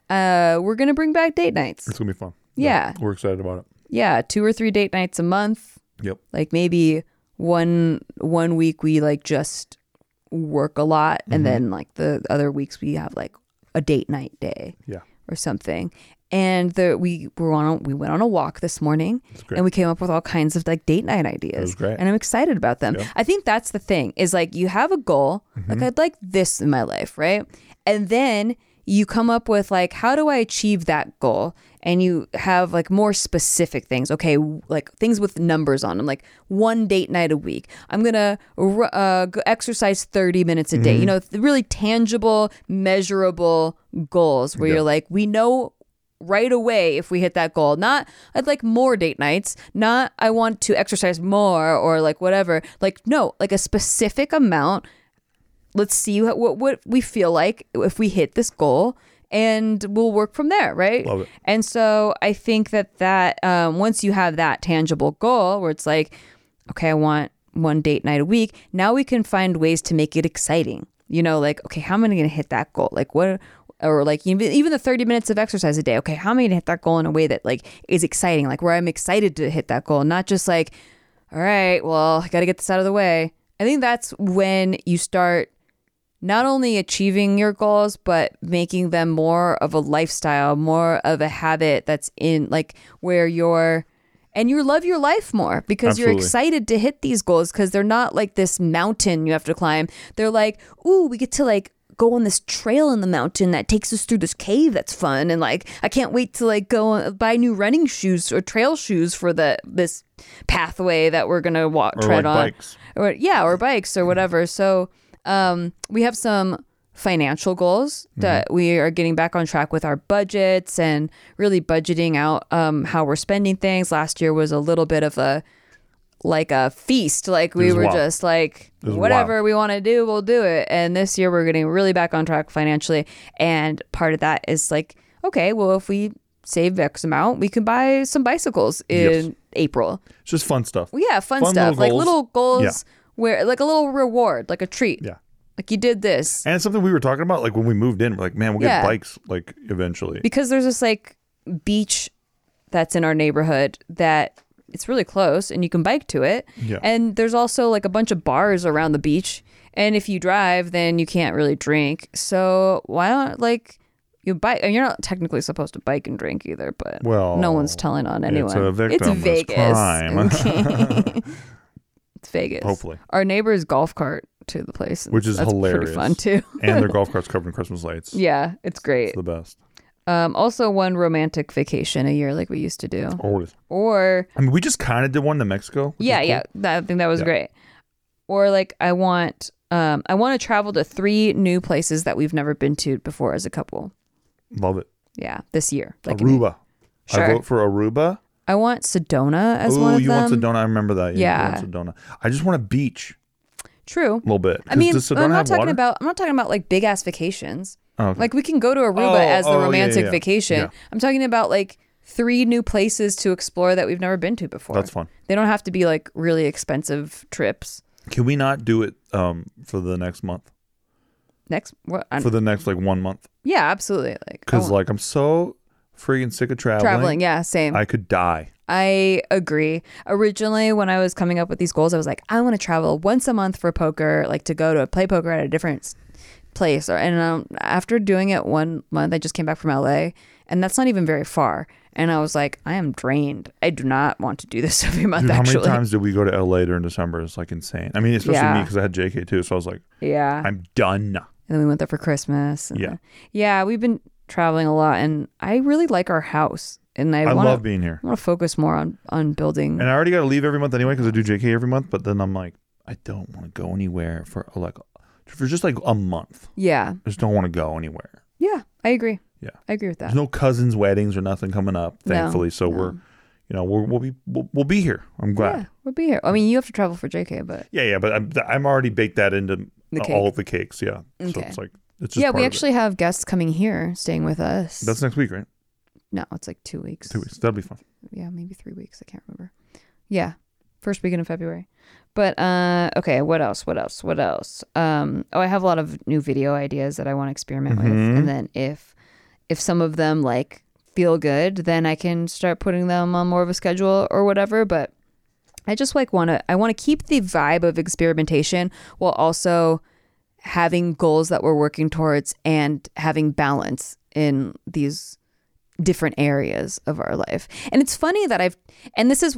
Speaker 1: uh, we're going to bring back date nights.
Speaker 2: it's going to be fun.
Speaker 1: Yeah.
Speaker 2: We're excited about it.
Speaker 1: Yeah. Two or three date nights a month.
Speaker 2: Yep.
Speaker 1: like maybe one one week we like just work a lot and then like the other weeks we have like a date night day
Speaker 2: Yeah.
Speaker 1: or something and the, we were on a, we went on a walk this morning
Speaker 2: great.
Speaker 1: and we came up with all kinds of like date night ideas
Speaker 2: was great.
Speaker 1: and i'm excited about them i think that's the thing is like you have a goal
Speaker 2: Mm-hmm.
Speaker 1: like i'd like this in my life right and then you come up with like how do i achieve that goal and you have like more specific things okay w- like things with numbers on them like one date night a week i'm gonna r- uh, go exercise 30 minutes a day
Speaker 2: Mm-hmm.
Speaker 1: you know th- really tangible measurable goals where you're like we know right away if we hit that goal. Not I'd like more date nights, not I want to exercise more or like whatever. Like no, like a specific amount. Let's see what what, what we feel like if we hit this goal and we'll work from there, right?
Speaker 2: Love it.
Speaker 1: And so I think that that um, once you have that tangible goal where it's like okay, I want one date night a week. Now we can find ways to make it exciting. You know, like, okay, how am I going to hit that goal? Like, what, or like even even the 30 minutes of exercise a day. Okay, how am I going to hit that goal in a way that like is exciting, like where I'm excited to hit that goal, not just like, all right, well, I got to get this out of the way. I think that's when you start not only achieving your goals, but making them more of a lifestyle, more of a habit that's in like where you're and you love your life more because you're
Speaker 2: Absolutely.
Speaker 1: excited to hit these goals because they're not like this mountain you have to climb. They're like, ooh, we get to like go on this trail in the mountain that takes us through this cave that's fun and like I can't wait to like go on- buy new running shoes or trail shoes for the this pathway that we're gonna walk
Speaker 2: Or
Speaker 1: tread
Speaker 2: like
Speaker 1: on
Speaker 2: bikes.
Speaker 1: or yeah, or bikes or whatever. So um, we have some financial goals
Speaker 2: Mm-hmm.
Speaker 1: that we are getting back on track with our budgets and really budgeting out um, how we're spending things. Last year was a little bit of a like a feast. Like
Speaker 2: It
Speaker 1: we
Speaker 2: was
Speaker 1: were
Speaker 2: wild.
Speaker 1: just like
Speaker 2: was
Speaker 1: whatever
Speaker 2: wild.
Speaker 1: we want to do, we'll do it. And this year we're getting really back on track financially. And part of that is like, okay, well if we save X amount, we can buy some bicycles in
Speaker 2: Yes.
Speaker 1: April.
Speaker 2: It's just fun stuff.
Speaker 1: Well, yeah, fun,
Speaker 2: Fun
Speaker 1: stuff.
Speaker 2: little
Speaker 1: like
Speaker 2: goals.
Speaker 1: little goals
Speaker 2: Yeah.
Speaker 1: where like a little reward, like a treat.
Speaker 2: Yeah.
Speaker 1: Like you did this.
Speaker 2: And it's something we were talking about, like when we moved in, we're like, man, we'll get
Speaker 1: Yeah.
Speaker 2: bikes like eventually.
Speaker 1: because there's this like beach that's in our neighborhood that it's really close and you can bike to it.
Speaker 2: Yeah.
Speaker 1: And there's also like a bunch of bars around the beach. And if you drive, then you can't really drink. So why don't like you bike? And you're not technically supposed to bike and drink either, but
Speaker 2: Well,
Speaker 1: no one's telling on anyone.
Speaker 2: a victimless
Speaker 1: Vegas.
Speaker 2: crime.
Speaker 1: Okay. it's Vegas.
Speaker 2: Hopefully.
Speaker 1: Our neighbor's golf cart to the place, and
Speaker 2: Which is
Speaker 1: that's Pretty
Speaker 2: hilarious.
Speaker 1: fun too.
Speaker 2: and their golf carts covered in Christmas lights.
Speaker 1: yeah, it's great.
Speaker 2: It's the best.
Speaker 1: Um, also, one romantic vacation a year like we used to do.
Speaker 2: Always.
Speaker 1: Or,
Speaker 2: I mean, we just kind of did one to Mexico. which is
Speaker 1: yeah,
Speaker 2: cool.
Speaker 1: yeah, that, I think that was
Speaker 2: Yeah.
Speaker 1: great. Or, like, I want. Um, I want to travel to three new places that we've never been to before as a couple.
Speaker 2: Love it.
Speaker 1: Yeah, this year. Like
Speaker 2: Aruba. I
Speaker 1: Sure.
Speaker 2: vote for Aruba.
Speaker 1: I want Sedona as
Speaker 2: Ooh,
Speaker 1: one of
Speaker 2: you
Speaker 1: them.
Speaker 2: want Sedona? I remember that.
Speaker 1: Yeah.
Speaker 2: You want Sedona. I just want a beach
Speaker 1: True.
Speaker 2: a little bit.
Speaker 1: I mean,
Speaker 2: does Sedona
Speaker 1: I'm not
Speaker 2: have
Speaker 1: talking
Speaker 2: water?
Speaker 1: about. I'm not talking about like big ass vacations.
Speaker 2: Oh, okay.
Speaker 1: Like we can go to Aruba
Speaker 2: Oh,
Speaker 1: as the
Speaker 2: oh, yeah,
Speaker 1: romantic
Speaker 2: yeah.
Speaker 1: vacation.
Speaker 2: Yeah.
Speaker 1: I'm talking about like three new places to explore that we've never been to before.
Speaker 2: That's fun.
Speaker 1: They don't have to be like really expensive trips.
Speaker 2: Can we not do it um, for the next month?
Speaker 1: Next, what? I-
Speaker 2: For the next like one month?
Speaker 1: yeah, absolutely. Like, I
Speaker 2: Because
Speaker 1: want-
Speaker 2: like I'm so freaking sick of traveling.
Speaker 1: Oh. traveling. Yeah, same. I,
Speaker 2: I could die.
Speaker 1: agree. Originally, when I was coming up with these goals, I was like, I want to travel once a month for poker, like to go to play poker at a different s- place. Or and um, after doing it one month, I just came back from LA, and that's not even very far. And I was like, I am drained. I do not want to do this every month.
Speaker 2: Dude, how
Speaker 1: actually,
Speaker 2: many times did we go to LA during December? It's like insane. I mean, especially me
Speaker 1: Yeah.
Speaker 2: because I had JK too. So I was like,
Speaker 1: yeah.
Speaker 2: I'm done.
Speaker 1: and then we went there for Christmas. and-
Speaker 2: Yeah.
Speaker 1: yeah, we've been traveling a lot, and I really like our house, and I,
Speaker 2: I
Speaker 1: want
Speaker 2: love being here.
Speaker 1: I want to focus more on on building.
Speaker 2: And I already got to leave every month anyway because I do JK every month. But then I'm like, I don't want to go anywhere for like for just like a month.
Speaker 1: yeah,
Speaker 2: I just don't want to go anywhere.
Speaker 1: yeah, I agree.
Speaker 2: Yeah.
Speaker 1: I agree with that.
Speaker 2: There's no cousins' weddings or nothing coming up,
Speaker 1: No,
Speaker 2: thankfully. so
Speaker 1: no.
Speaker 2: we're, you know, we're, we'll be we'll, we'll be here. I'm
Speaker 1: yeah,
Speaker 2: glad.
Speaker 1: we'll be here. I mean, you have to travel for JK, but
Speaker 2: Yeah, yeah. but I'm I'm already baked that into
Speaker 1: The
Speaker 2: Uh, all
Speaker 1: cake.
Speaker 2: of the cakes. Yeah. So
Speaker 1: Okay.
Speaker 2: it's like it's just
Speaker 1: yeah,
Speaker 2: part
Speaker 1: we
Speaker 2: of it.
Speaker 1: actually have guests coming here, staying with us.
Speaker 2: That's next week, right?
Speaker 1: no, it's like two weeks.
Speaker 2: Two weeks. That'll be fun.
Speaker 1: Yeah, maybe three weeks. I can't remember. Yeah, first weekend of February. But uh, okay, what else? What else? What else? Um, oh, I have a lot of new video ideas that I want to experiment with,
Speaker 2: Mhm.
Speaker 1: and then if if some of them like feel good, then I can start putting them on more of a schedule or whatever. But I just like want to I want to keep the vibe of experimentation while also having goals that we're working towards and having balance in these different areas of our life. And it's funny that I've and this is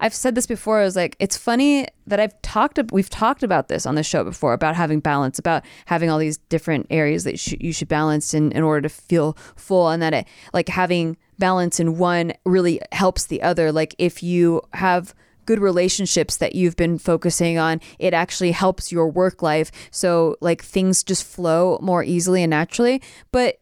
Speaker 1: I've said this before I was like it's funny that I've talked ab- we've talked about this on the show before about having balance about having all these different areas that you should, you should balance in in order to feel full and that it like having balance in one really helps the other like if you have good relationships that you've been focusing on it actually helps your work life so like things just flow more easily and naturally but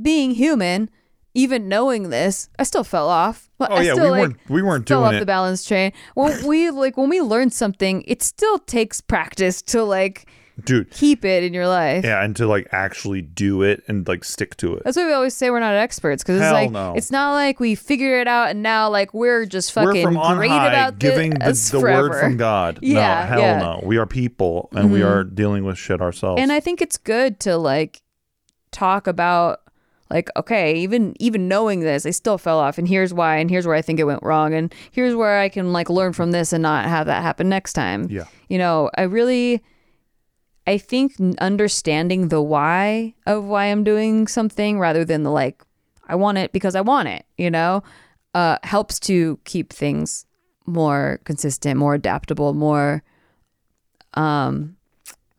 Speaker 1: being human, even knowing this, I still fell off. Well,
Speaker 2: Oh
Speaker 1: I
Speaker 2: yeah,
Speaker 1: still,
Speaker 2: we
Speaker 1: like,
Speaker 2: weren't we weren't
Speaker 1: fell off
Speaker 2: doing it.
Speaker 1: the balance train. When we like when we learn something, it still takes practice to like
Speaker 2: Dude,
Speaker 1: keep it in your life.
Speaker 2: Yeah, and to like actually do it and like stick to it.
Speaker 1: That's why we always say we're not experts because it's
Speaker 2: Hell
Speaker 1: like
Speaker 2: no.
Speaker 1: it's not like we figured it out and now like we're just fucking
Speaker 2: We're from on
Speaker 1: great
Speaker 2: high,
Speaker 1: about this
Speaker 2: giving the, the word
Speaker 1: forever.
Speaker 2: from God.
Speaker 1: Yeah,
Speaker 2: no, hell
Speaker 1: yeah. Mm.
Speaker 2: no. We are people, and we are dealing with shit ourselves.
Speaker 1: And I think it's good to like talk about like okay, even even knowing this, I still fell off and here's why and here's where I think it went wrong and here's where I can like learn from this and not have that happen next time.
Speaker 2: Yeah.
Speaker 1: You know, I really I think n- understanding the why of why I'm doing something rather than the like I want it because I want it, you know, uh helps to keep things more consistent, more adaptable, more um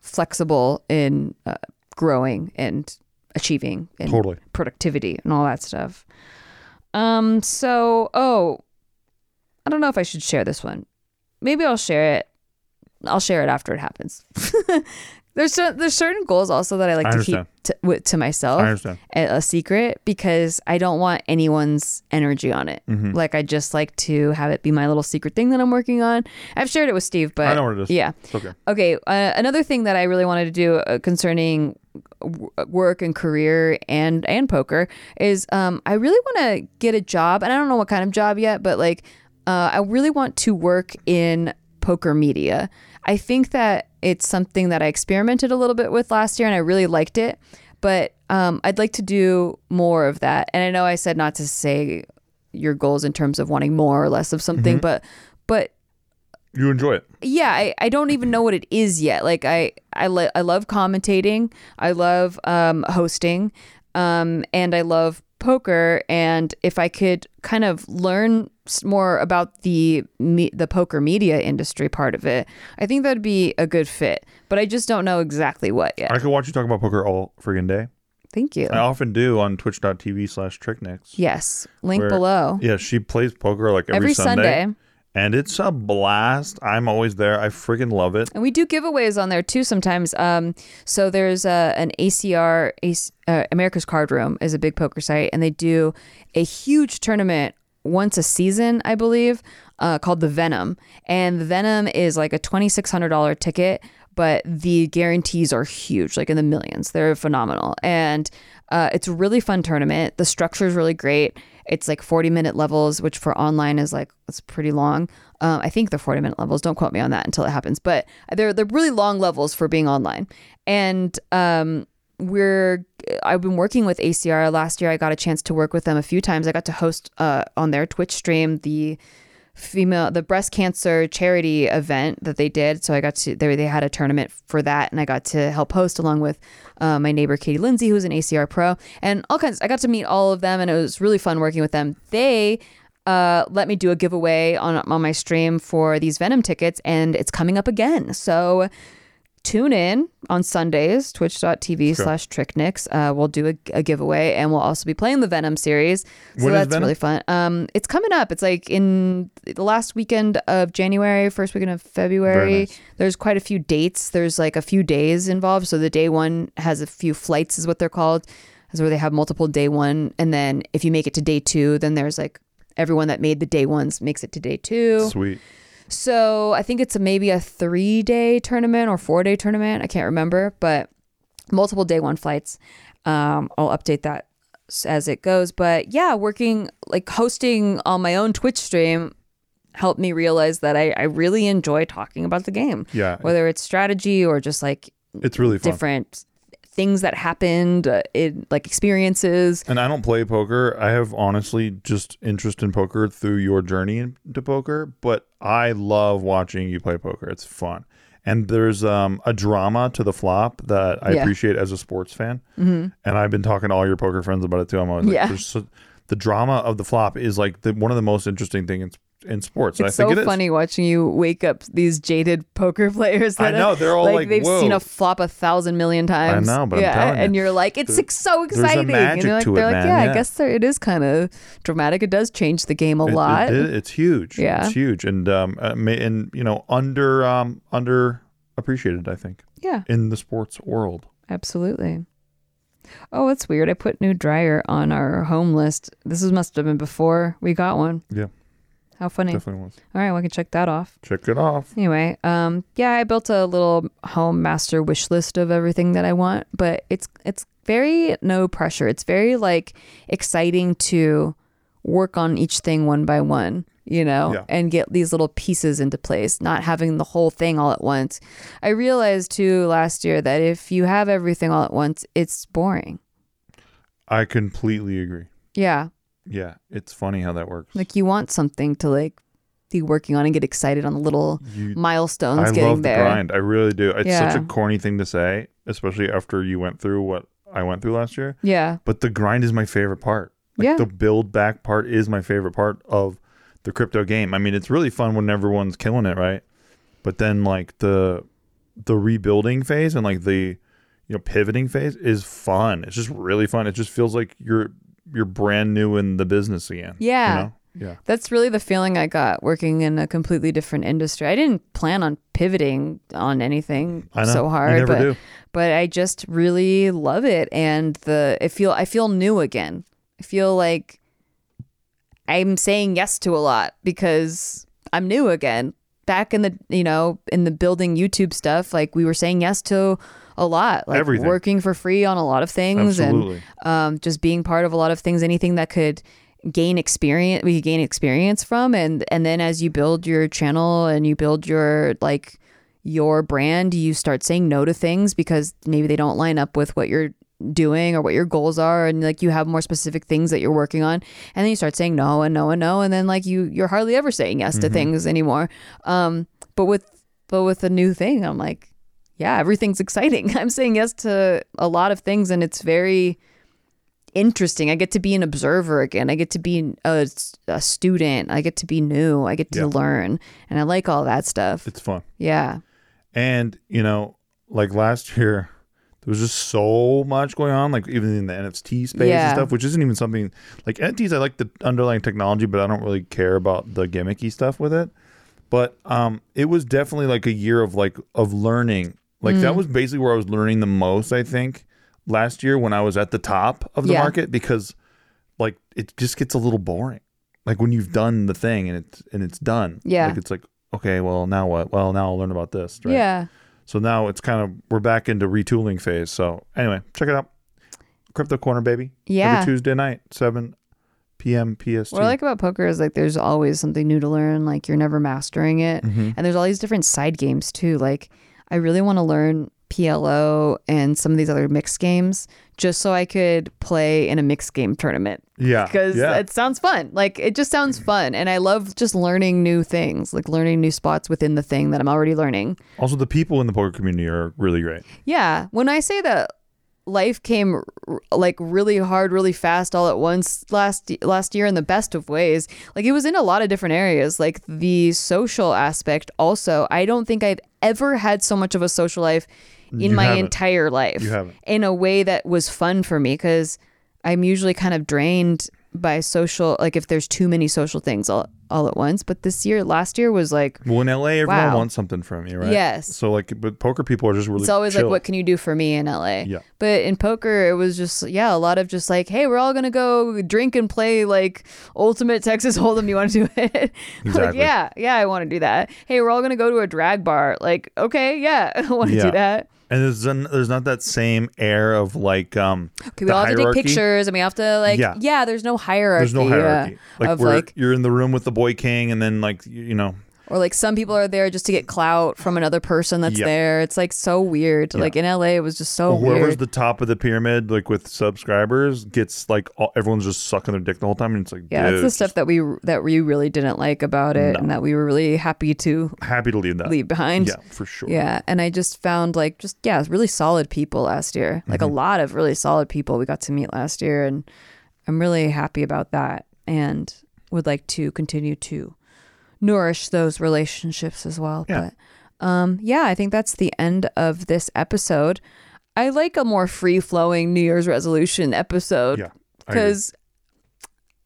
Speaker 1: flexible in uh, growing and achieving and
Speaker 2: totally.
Speaker 1: productivity and all that stuff. Um so oh I don't know if I should share this one. Maybe I'll share it. I'll share it after it happens. There's cer- there's certain goals also that I like
Speaker 2: I
Speaker 1: to keep
Speaker 2: understand.
Speaker 1: to, with, to myself.
Speaker 2: I understand.
Speaker 1: A, a secret because I don't want anyone's energy on it.
Speaker 2: Mm-hmm.
Speaker 1: Like I just like to have it be my little secret thing that I'm working on. I've shared it with Steve, but
Speaker 2: I know what it is.
Speaker 1: Yeah.
Speaker 2: It's okay.
Speaker 1: Okay. Uh, another thing that I really wanted to do uh, concerning w- uh, work and career and and poker is um, I really want to get a job, and I don't know what kind of job yet, but like uh, I really want to work in poker media. I think that it's something that I experimented a little bit with last year, and I really liked it. But um, I'd like to do more of that. And I know I said not to say your goals in terms of wanting more or less of something, but but
Speaker 2: You enjoy it.
Speaker 1: yeah I, I don't even know what it is yet like i i, lo- I love commentating i love um, hosting um, and i love poker and if i could kind of learn s- more about the me- the poker media industry part of it i think that'd be a good fit but i just don't know exactly what yet
Speaker 2: I could watch you talk about poker all friggin' day.
Speaker 1: thank you
Speaker 2: I often do on twitch.tv slash tricknicks.
Speaker 1: yes link
Speaker 2: where-
Speaker 1: below
Speaker 2: Yeah, she plays poker like every,
Speaker 1: Oh. Every Sunday.
Speaker 2: And it's a blast. I'm always there. I freaking love it.
Speaker 1: And we do giveaways on there too sometimes. Um, so there's uh, an ACR, AC, uh, America's Card Room is a big poker site, and they do a huge tournament once a season, I believe, uh, called the Venom. And the Venom is like a $2,600 ticket, but the guarantees are huge, like in the millions. They're phenomenal. And uh, it's a really fun tournament. The structure is really great. It's like 40 minute levels, which for online is like, it's pretty long. Um, I think they're 40 minute levels. Don't quote me on that until it happens, but they're, they're really long levels for being online. And um, we're, I've been working with ACR. Last year, I got a chance to work with them a few times. I got to host uh, on their Twitch stream the female the breast cancer charity event that they did so i got to they, they had a tournament for that and i got to help host along with uh, my neighbor katie lindsay who's an acr pro and all kinds i got to meet all of them and it was really fun working with them they uh, let me do a giveaway on, on my stream for these venom tickets and it's coming up again so tune in on Sundays, twitch.tv slash tricknicks. Uh, we'll do a, a giveaway and we'll also be playing the Venom series. So
Speaker 2: When is
Speaker 1: that's
Speaker 2: Venom?
Speaker 1: really fun. Um, it's coming up. It's like in the last weekend of January, first weekend of February.
Speaker 2: nice.
Speaker 1: There's quite a few dates. There's like a few days involved. So the day one has a few flights, is what they're called. Is where they have multiple day one. And then if you make it to day two, then there's like everyone that made the day ones makes it to day two.
Speaker 2: Sweet.
Speaker 1: So I think it's a, maybe a three day tournament or four day tournament. I can't remember, but multiple day one flights. Um, I'll update that s- as it goes. But yeah, working like hosting on my own Twitch stream helped me realize that I, I really enjoy talking about the game,
Speaker 2: Yeah.
Speaker 1: whether it's strategy or just like
Speaker 2: It's really fun.
Speaker 1: different things that happened, uh, in, like experiences.
Speaker 2: And I don't play poker. I have honestly just interest in poker through your journey into poker, but I love watching you play poker. It's fun. And there's um, a drama to the flop that I
Speaker 1: Yeah.
Speaker 2: appreciate as a sports fan. Mm-hmm. And I've been talking to all your poker friends about it too. I'm always like,
Speaker 1: Yeah.
Speaker 2: there's so, the drama of the flop is like the, one of the most interesting things in, in sports. and I
Speaker 1: It's
Speaker 2: think
Speaker 1: so
Speaker 2: it is.
Speaker 1: funny watching you wake up these jaded poker players.
Speaker 2: I
Speaker 1: That
Speaker 2: know,
Speaker 1: have-
Speaker 2: they're all
Speaker 1: like,
Speaker 2: like,
Speaker 1: they've
Speaker 2: "Whoa."
Speaker 1: seen a flop a thousand million times.
Speaker 2: know, but I'm
Speaker 1: yeah,
Speaker 2: telling you,
Speaker 1: and you're like, it's like so
Speaker 2: a
Speaker 1: exciting.
Speaker 2: magic
Speaker 1: and they're like,
Speaker 2: to it,
Speaker 1: they're like,
Speaker 2: man,
Speaker 1: yeah,
Speaker 2: yeah.
Speaker 1: I guess there, it is kind of dramatic. It does change the game a
Speaker 2: It- it
Speaker 1: lot.
Speaker 2: did- it's huge.
Speaker 1: Yeah.
Speaker 2: It's huge. And, um, uh, ma- and you know, under, um, under appreciated, I think,
Speaker 1: Yeah,
Speaker 2: in the sports world.
Speaker 1: absolutely. Oh, that's weird. I put new dryer on our home list. This was, must have been before we got one.
Speaker 2: Yeah.
Speaker 1: How funny.
Speaker 2: Definitely was.
Speaker 1: All right, well, I can check that off.
Speaker 2: Check it off.
Speaker 1: Anyway, um, yeah, I built a little home master wish list of everything that I want, but it's it's very no pressure. It's very like exciting to work on each thing one by one, you know,
Speaker 2: Yeah.
Speaker 1: and get these little pieces into place, not having the whole thing all at once. I realized too last year that if you have everything all at once, it's boring.
Speaker 2: I completely agree.
Speaker 1: Yeah.
Speaker 2: Yeah, it's funny how that works.
Speaker 1: Like you want something to like be working on and get excited on the little
Speaker 2: you,
Speaker 1: milestones
Speaker 2: I
Speaker 1: getting
Speaker 2: love
Speaker 1: there.
Speaker 2: the grind. I really do. It's such a
Speaker 1: Yeah.
Speaker 2: corny thing to say, especially after you went through what I went through last year.
Speaker 1: Yeah.
Speaker 2: But the grind is my favorite part. Like
Speaker 1: Yeah.
Speaker 2: the build back part is my favorite part of the crypto game. I mean, it's really fun when everyone's killing it, right? But then like the the rebuilding phase and like the you know pivoting phase is fun. It's just really fun. It just feels like you're you're brand new in the business again. you
Speaker 1: Yeah.
Speaker 2: know? Yeah.
Speaker 1: That's really the feeling I got working in a completely different industry. I didn't plan on pivoting on anything
Speaker 2: I know.
Speaker 1: so
Speaker 2: You
Speaker 1: hard,
Speaker 2: never
Speaker 1: but
Speaker 2: do.
Speaker 1: but I just really love it and the I feel I feel new again. I feel like I'm saying yes to a lot because I'm new again. Back in the you know in the building YouTube stuff, like we were saying yes to a lot, like
Speaker 2: Everything.
Speaker 1: working for free on a lot of things
Speaker 2: Absolutely.
Speaker 1: and um, just being part of a lot of things. Anything that could gain experience, we could gain experience from, and and then as you build your channel and you build your like your brand, you start saying no to things because maybe they don't line up with what you're doing or what your goals are and like you have more specific things that you're working on and then you start saying no and no and no and then like you you're hardly ever saying yes to things anymore um but with but with a new thing I'm like yeah everything's exciting I'm saying yes to a lot of things and it's very interesting I get to be an observer again I get to be a, a student I get to be new I get to
Speaker 2: Yeah.
Speaker 1: learn and I like all that stuff
Speaker 2: It's fun.
Speaker 1: yeah
Speaker 2: And, you know, like last year, there was just so much going on, like even in the NFT space
Speaker 1: Yeah.
Speaker 2: and stuff, which isn't even something like NFTs. I like the underlying technology, but I don't really care about the gimmicky stuff with it. But um, it was definitely like a year of like of learning. Like
Speaker 1: Mm.
Speaker 2: that was basically where I was learning the most. I think last year when I was at the top of the
Speaker 1: Yeah.
Speaker 2: market because like it just gets a little boring. Like when you've done the thing and it's and it's done.
Speaker 1: Yeah.
Speaker 2: Like it's like okay, well now what? Well now I'll learn about this. Right?
Speaker 1: yeah
Speaker 2: So now it's kind of we're back into retooling phase. So anyway, check it out. Crypto Corner, baby.
Speaker 1: Yeah.
Speaker 2: Every Tuesday night, seven p.m. PST.
Speaker 1: What I like about poker is like there's always something new to learn. Like you're never mastering
Speaker 2: Mm-hmm.
Speaker 1: it, and there's all these different side games too. Like I really want to learn PLO and some of these other mixed games just so I could play in a mixed game tournament
Speaker 2: yeah.
Speaker 1: because
Speaker 2: yeah.
Speaker 1: it sounds fun. Like it just sounds fun, and I love just learning new things, like learning new spots within the thing that I'm already learning.
Speaker 2: also the people in the poker community are really great.
Speaker 1: Yeah, when I say that life came r- like really hard, really fast all at once last last year in the best of ways. Like it was in a lot of different areas, like the social aspect also. I don't think I've ever had so much of a social life in
Speaker 2: You
Speaker 1: my
Speaker 2: haven't.
Speaker 1: entire life
Speaker 2: You haven't.
Speaker 1: in a way that was fun for me cuz I'm usually kind of drained by social like if there's too many social things all, all at once, but this year last year was like
Speaker 2: Well, in LA, everyone
Speaker 1: Wow.
Speaker 2: wants something from you, right?
Speaker 1: Yes.
Speaker 2: So like, but poker people are just really.
Speaker 1: it's always
Speaker 2: chill.
Speaker 1: like what can you do for me in LA?
Speaker 2: Yeah.
Speaker 1: But in poker, it was just yeah, a lot of just like, hey, we're all gonna go drink and play like Ultimate Texas Hold'em. You want to do it? like
Speaker 2: Exactly.
Speaker 1: yeah, yeah, I want to do that. Hey, we're all gonna go to a drag bar. Like okay, yeah, I want to
Speaker 2: Yeah.
Speaker 1: do that.
Speaker 2: And there's an, there's not that same air of like um.
Speaker 1: Okay, we
Speaker 2: the
Speaker 1: all have to
Speaker 2: hierarchy.
Speaker 1: take pictures and we have to like yeah,
Speaker 2: Yeah.
Speaker 1: there's no hierarchy.
Speaker 2: There's no hierarchy.
Speaker 1: Yeah,
Speaker 2: like
Speaker 1: uh, of
Speaker 2: we're
Speaker 1: like
Speaker 2: you're in the room with the boy king, and then like you, you know
Speaker 1: or like some people are there just to get clout from another person that's
Speaker 2: Yeah.
Speaker 1: there. It's like so weird. Like in LA, it was just so
Speaker 2: whoever's
Speaker 1: Oh, weird.
Speaker 2: the top of the pyramid, like with subscribers, gets like all, everyone's just sucking their dick the whole time, and it's like
Speaker 1: yeah, that's
Speaker 2: dude,
Speaker 1: the stuff that we that we really didn't like about it, and that we were really happy to
Speaker 2: happy to leave that.
Speaker 1: leave behind.
Speaker 2: Uh, Yeah, for sure.
Speaker 1: Yeah, and I just found like just yeah, really solid people last year. Like
Speaker 2: Mm-hmm.
Speaker 1: a lot of really solid people we got to meet last year and I'm really happy about that and would like to continue to nourish those relationships as well.
Speaker 2: Yeah.
Speaker 1: But um yeah, I think that's the end of this episode. I like a more free-flowing New Year's resolution episode
Speaker 2: Yeah, I agree.
Speaker 1: cuz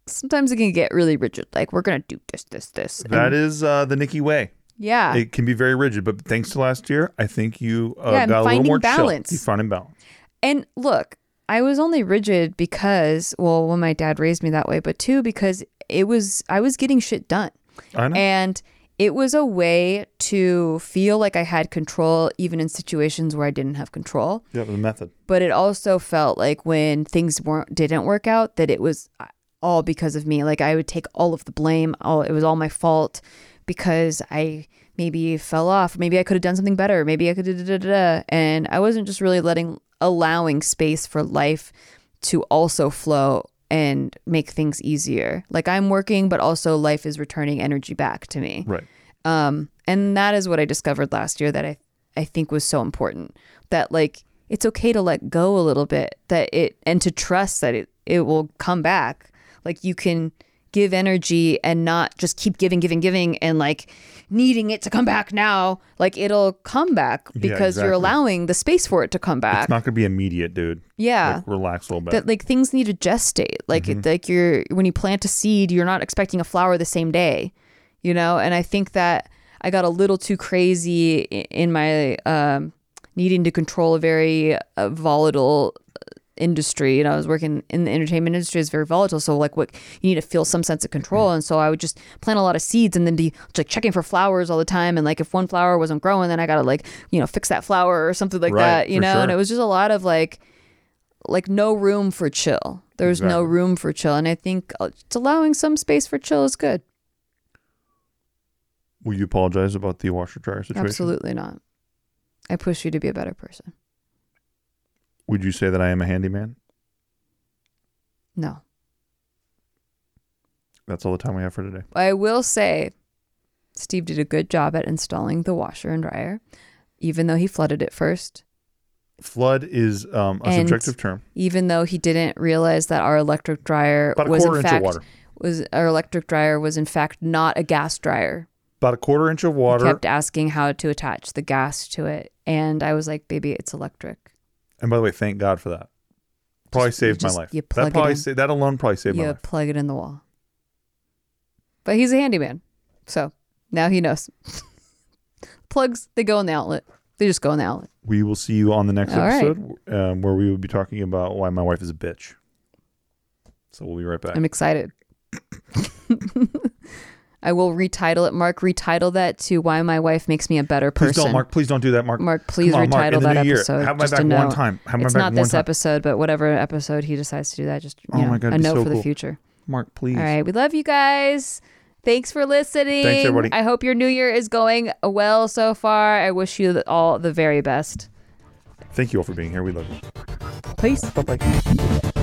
Speaker 1: sometimes it can get really rigid like we're going to do this this this. and-
Speaker 2: that is uh, the Nikki way.
Speaker 1: yeah.
Speaker 2: It can be very rigid, but thanks to last year, I think you uh,
Speaker 1: Yeah, I'm
Speaker 2: got a little
Speaker 1: finding
Speaker 2: more
Speaker 1: balance.
Speaker 2: chill. You found balance.
Speaker 1: And look, I was only rigid because, well, when my dad raised me that way, but two, because it was, I was getting shit done.
Speaker 2: I know.
Speaker 1: And it was a way to feel like I had control, even in situations where I didn't have control.
Speaker 2: yeah, the method.
Speaker 1: But it also felt like when things weren't, didn't work out, that it was uh, all because of me. Like I would take all of the blame. All, it was all my fault because I maybe fell off. Maybe I could have done something better. Maybe I could, da, da, da, da, da. and I wasn't just really letting, allowing space for life to also flow and make things easier. Like I'm working, but also life is returning energy back to me.
Speaker 2: Right.
Speaker 1: Um, and that is what I discovered last year that I, I think was so important that like it's okay to let go a little bit that it and to trust that it, it will come back. Like you can give energy and not just keep giving, giving, giving and like needing it to come back now. Like it'll come back because
Speaker 2: exactly.
Speaker 1: you're allowing the space for it to come back.
Speaker 2: It's not going to be immediate, dude.
Speaker 1: yeah.
Speaker 2: Like, relax a little bit.
Speaker 1: that like things need to gestate. Like
Speaker 2: Mm-hmm.
Speaker 1: like you're when you plant a seed, you're not expecting a flower the same day, you know. And I think that I got a little too crazy i- in my um, needing to control a very uh, volatile industry. And I was working in the entertainment industry is very volatile. So like what you need to feel some sense of
Speaker 2: Mm.
Speaker 1: control. And so I would just plant a lot of seeds and then be like checking for flowers all the time. And like if one flower wasn't growing, then I gotta like you know fix that flower or something like
Speaker 2: Right,
Speaker 1: that. You
Speaker 2: for
Speaker 1: know. And
Speaker 2: sure.
Speaker 1: it was just a lot of like like no room for chill. There was no
Speaker 2: Exactly.
Speaker 1: room for chill, and I think uh, just allowing some space for chill is good.
Speaker 2: Will you apologize about the washer dryer situation?
Speaker 1: Absolutely not. I push you to be a better person.
Speaker 2: Would you say that I am a handyman?
Speaker 1: No,
Speaker 2: That's all the time we have for today.
Speaker 1: I will say, Steve did a good job at installing the washer and dryer, even though he flooded it first.
Speaker 2: Flood is um, a
Speaker 1: And-
Speaker 2: subjective term.
Speaker 1: Even though he didn't realize that our electric dryer
Speaker 2: About a
Speaker 1: was
Speaker 2: quarter
Speaker 1: in
Speaker 2: inch
Speaker 1: fact
Speaker 2: of water.
Speaker 1: was our electric dryer was in fact not a gas dryer.
Speaker 2: About a quarter inch of
Speaker 1: He
Speaker 2: water.
Speaker 1: kept asking how to attach the gas to it, and I was like, "Baby, it's electric."
Speaker 2: And by the way, thank God for that. Probably
Speaker 1: Just- you
Speaker 2: saved
Speaker 1: just-
Speaker 2: my life.
Speaker 1: you plug
Speaker 2: that
Speaker 1: it
Speaker 2: probably
Speaker 1: in.
Speaker 2: sa- that alone probably saved my
Speaker 1: Yeah,
Speaker 2: life.
Speaker 1: plug it in the wall. But he's a handyman, so now he knows. Plugs they go in the outlet. They just go in the outlet.
Speaker 2: We will see you on the next
Speaker 1: All right.
Speaker 2: episode um, where we will be talking about why my wife is a bitch. So we'll be right back.
Speaker 1: I'm excited. I will retitle it, Mark. Retitle that to "Why My Wife Makes Me a Better
Speaker 2: please
Speaker 1: Person."
Speaker 2: don't, Mark. Please don't do that, Mark.
Speaker 1: Mark, please
Speaker 2: Come on, Mark,
Speaker 1: retitle
Speaker 2: in the
Speaker 1: that
Speaker 2: new year,
Speaker 1: episode.
Speaker 2: have my
Speaker 1: just
Speaker 2: back
Speaker 1: a note.
Speaker 2: one time. Have my
Speaker 1: it's
Speaker 2: back
Speaker 1: not
Speaker 2: one
Speaker 1: this
Speaker 2: time.
Speaker 1: episode, but whatever episode he decides to do that, just you
Speaker 2: Oh
Speaker 1: know,
Speaker 2: my God,
Speaker 1: a
Speaker 2: it'd be
Speaker 1: note
Speaker 2: so
Speaker 1: for the
Speaker 2: cool.
Speaker 1: future.
Speaker 2: Mark, please.
Speaker 1: All right. We love you guys. Thanks for listening.
Speaker 2: everybody.
Speaker 1: I hope your new year is going well so far. I wish you all the very best.
Speaker 2: Thank you all for being here. We love you.
Speaker 1: Peace.
Speaker 2: Bye bye.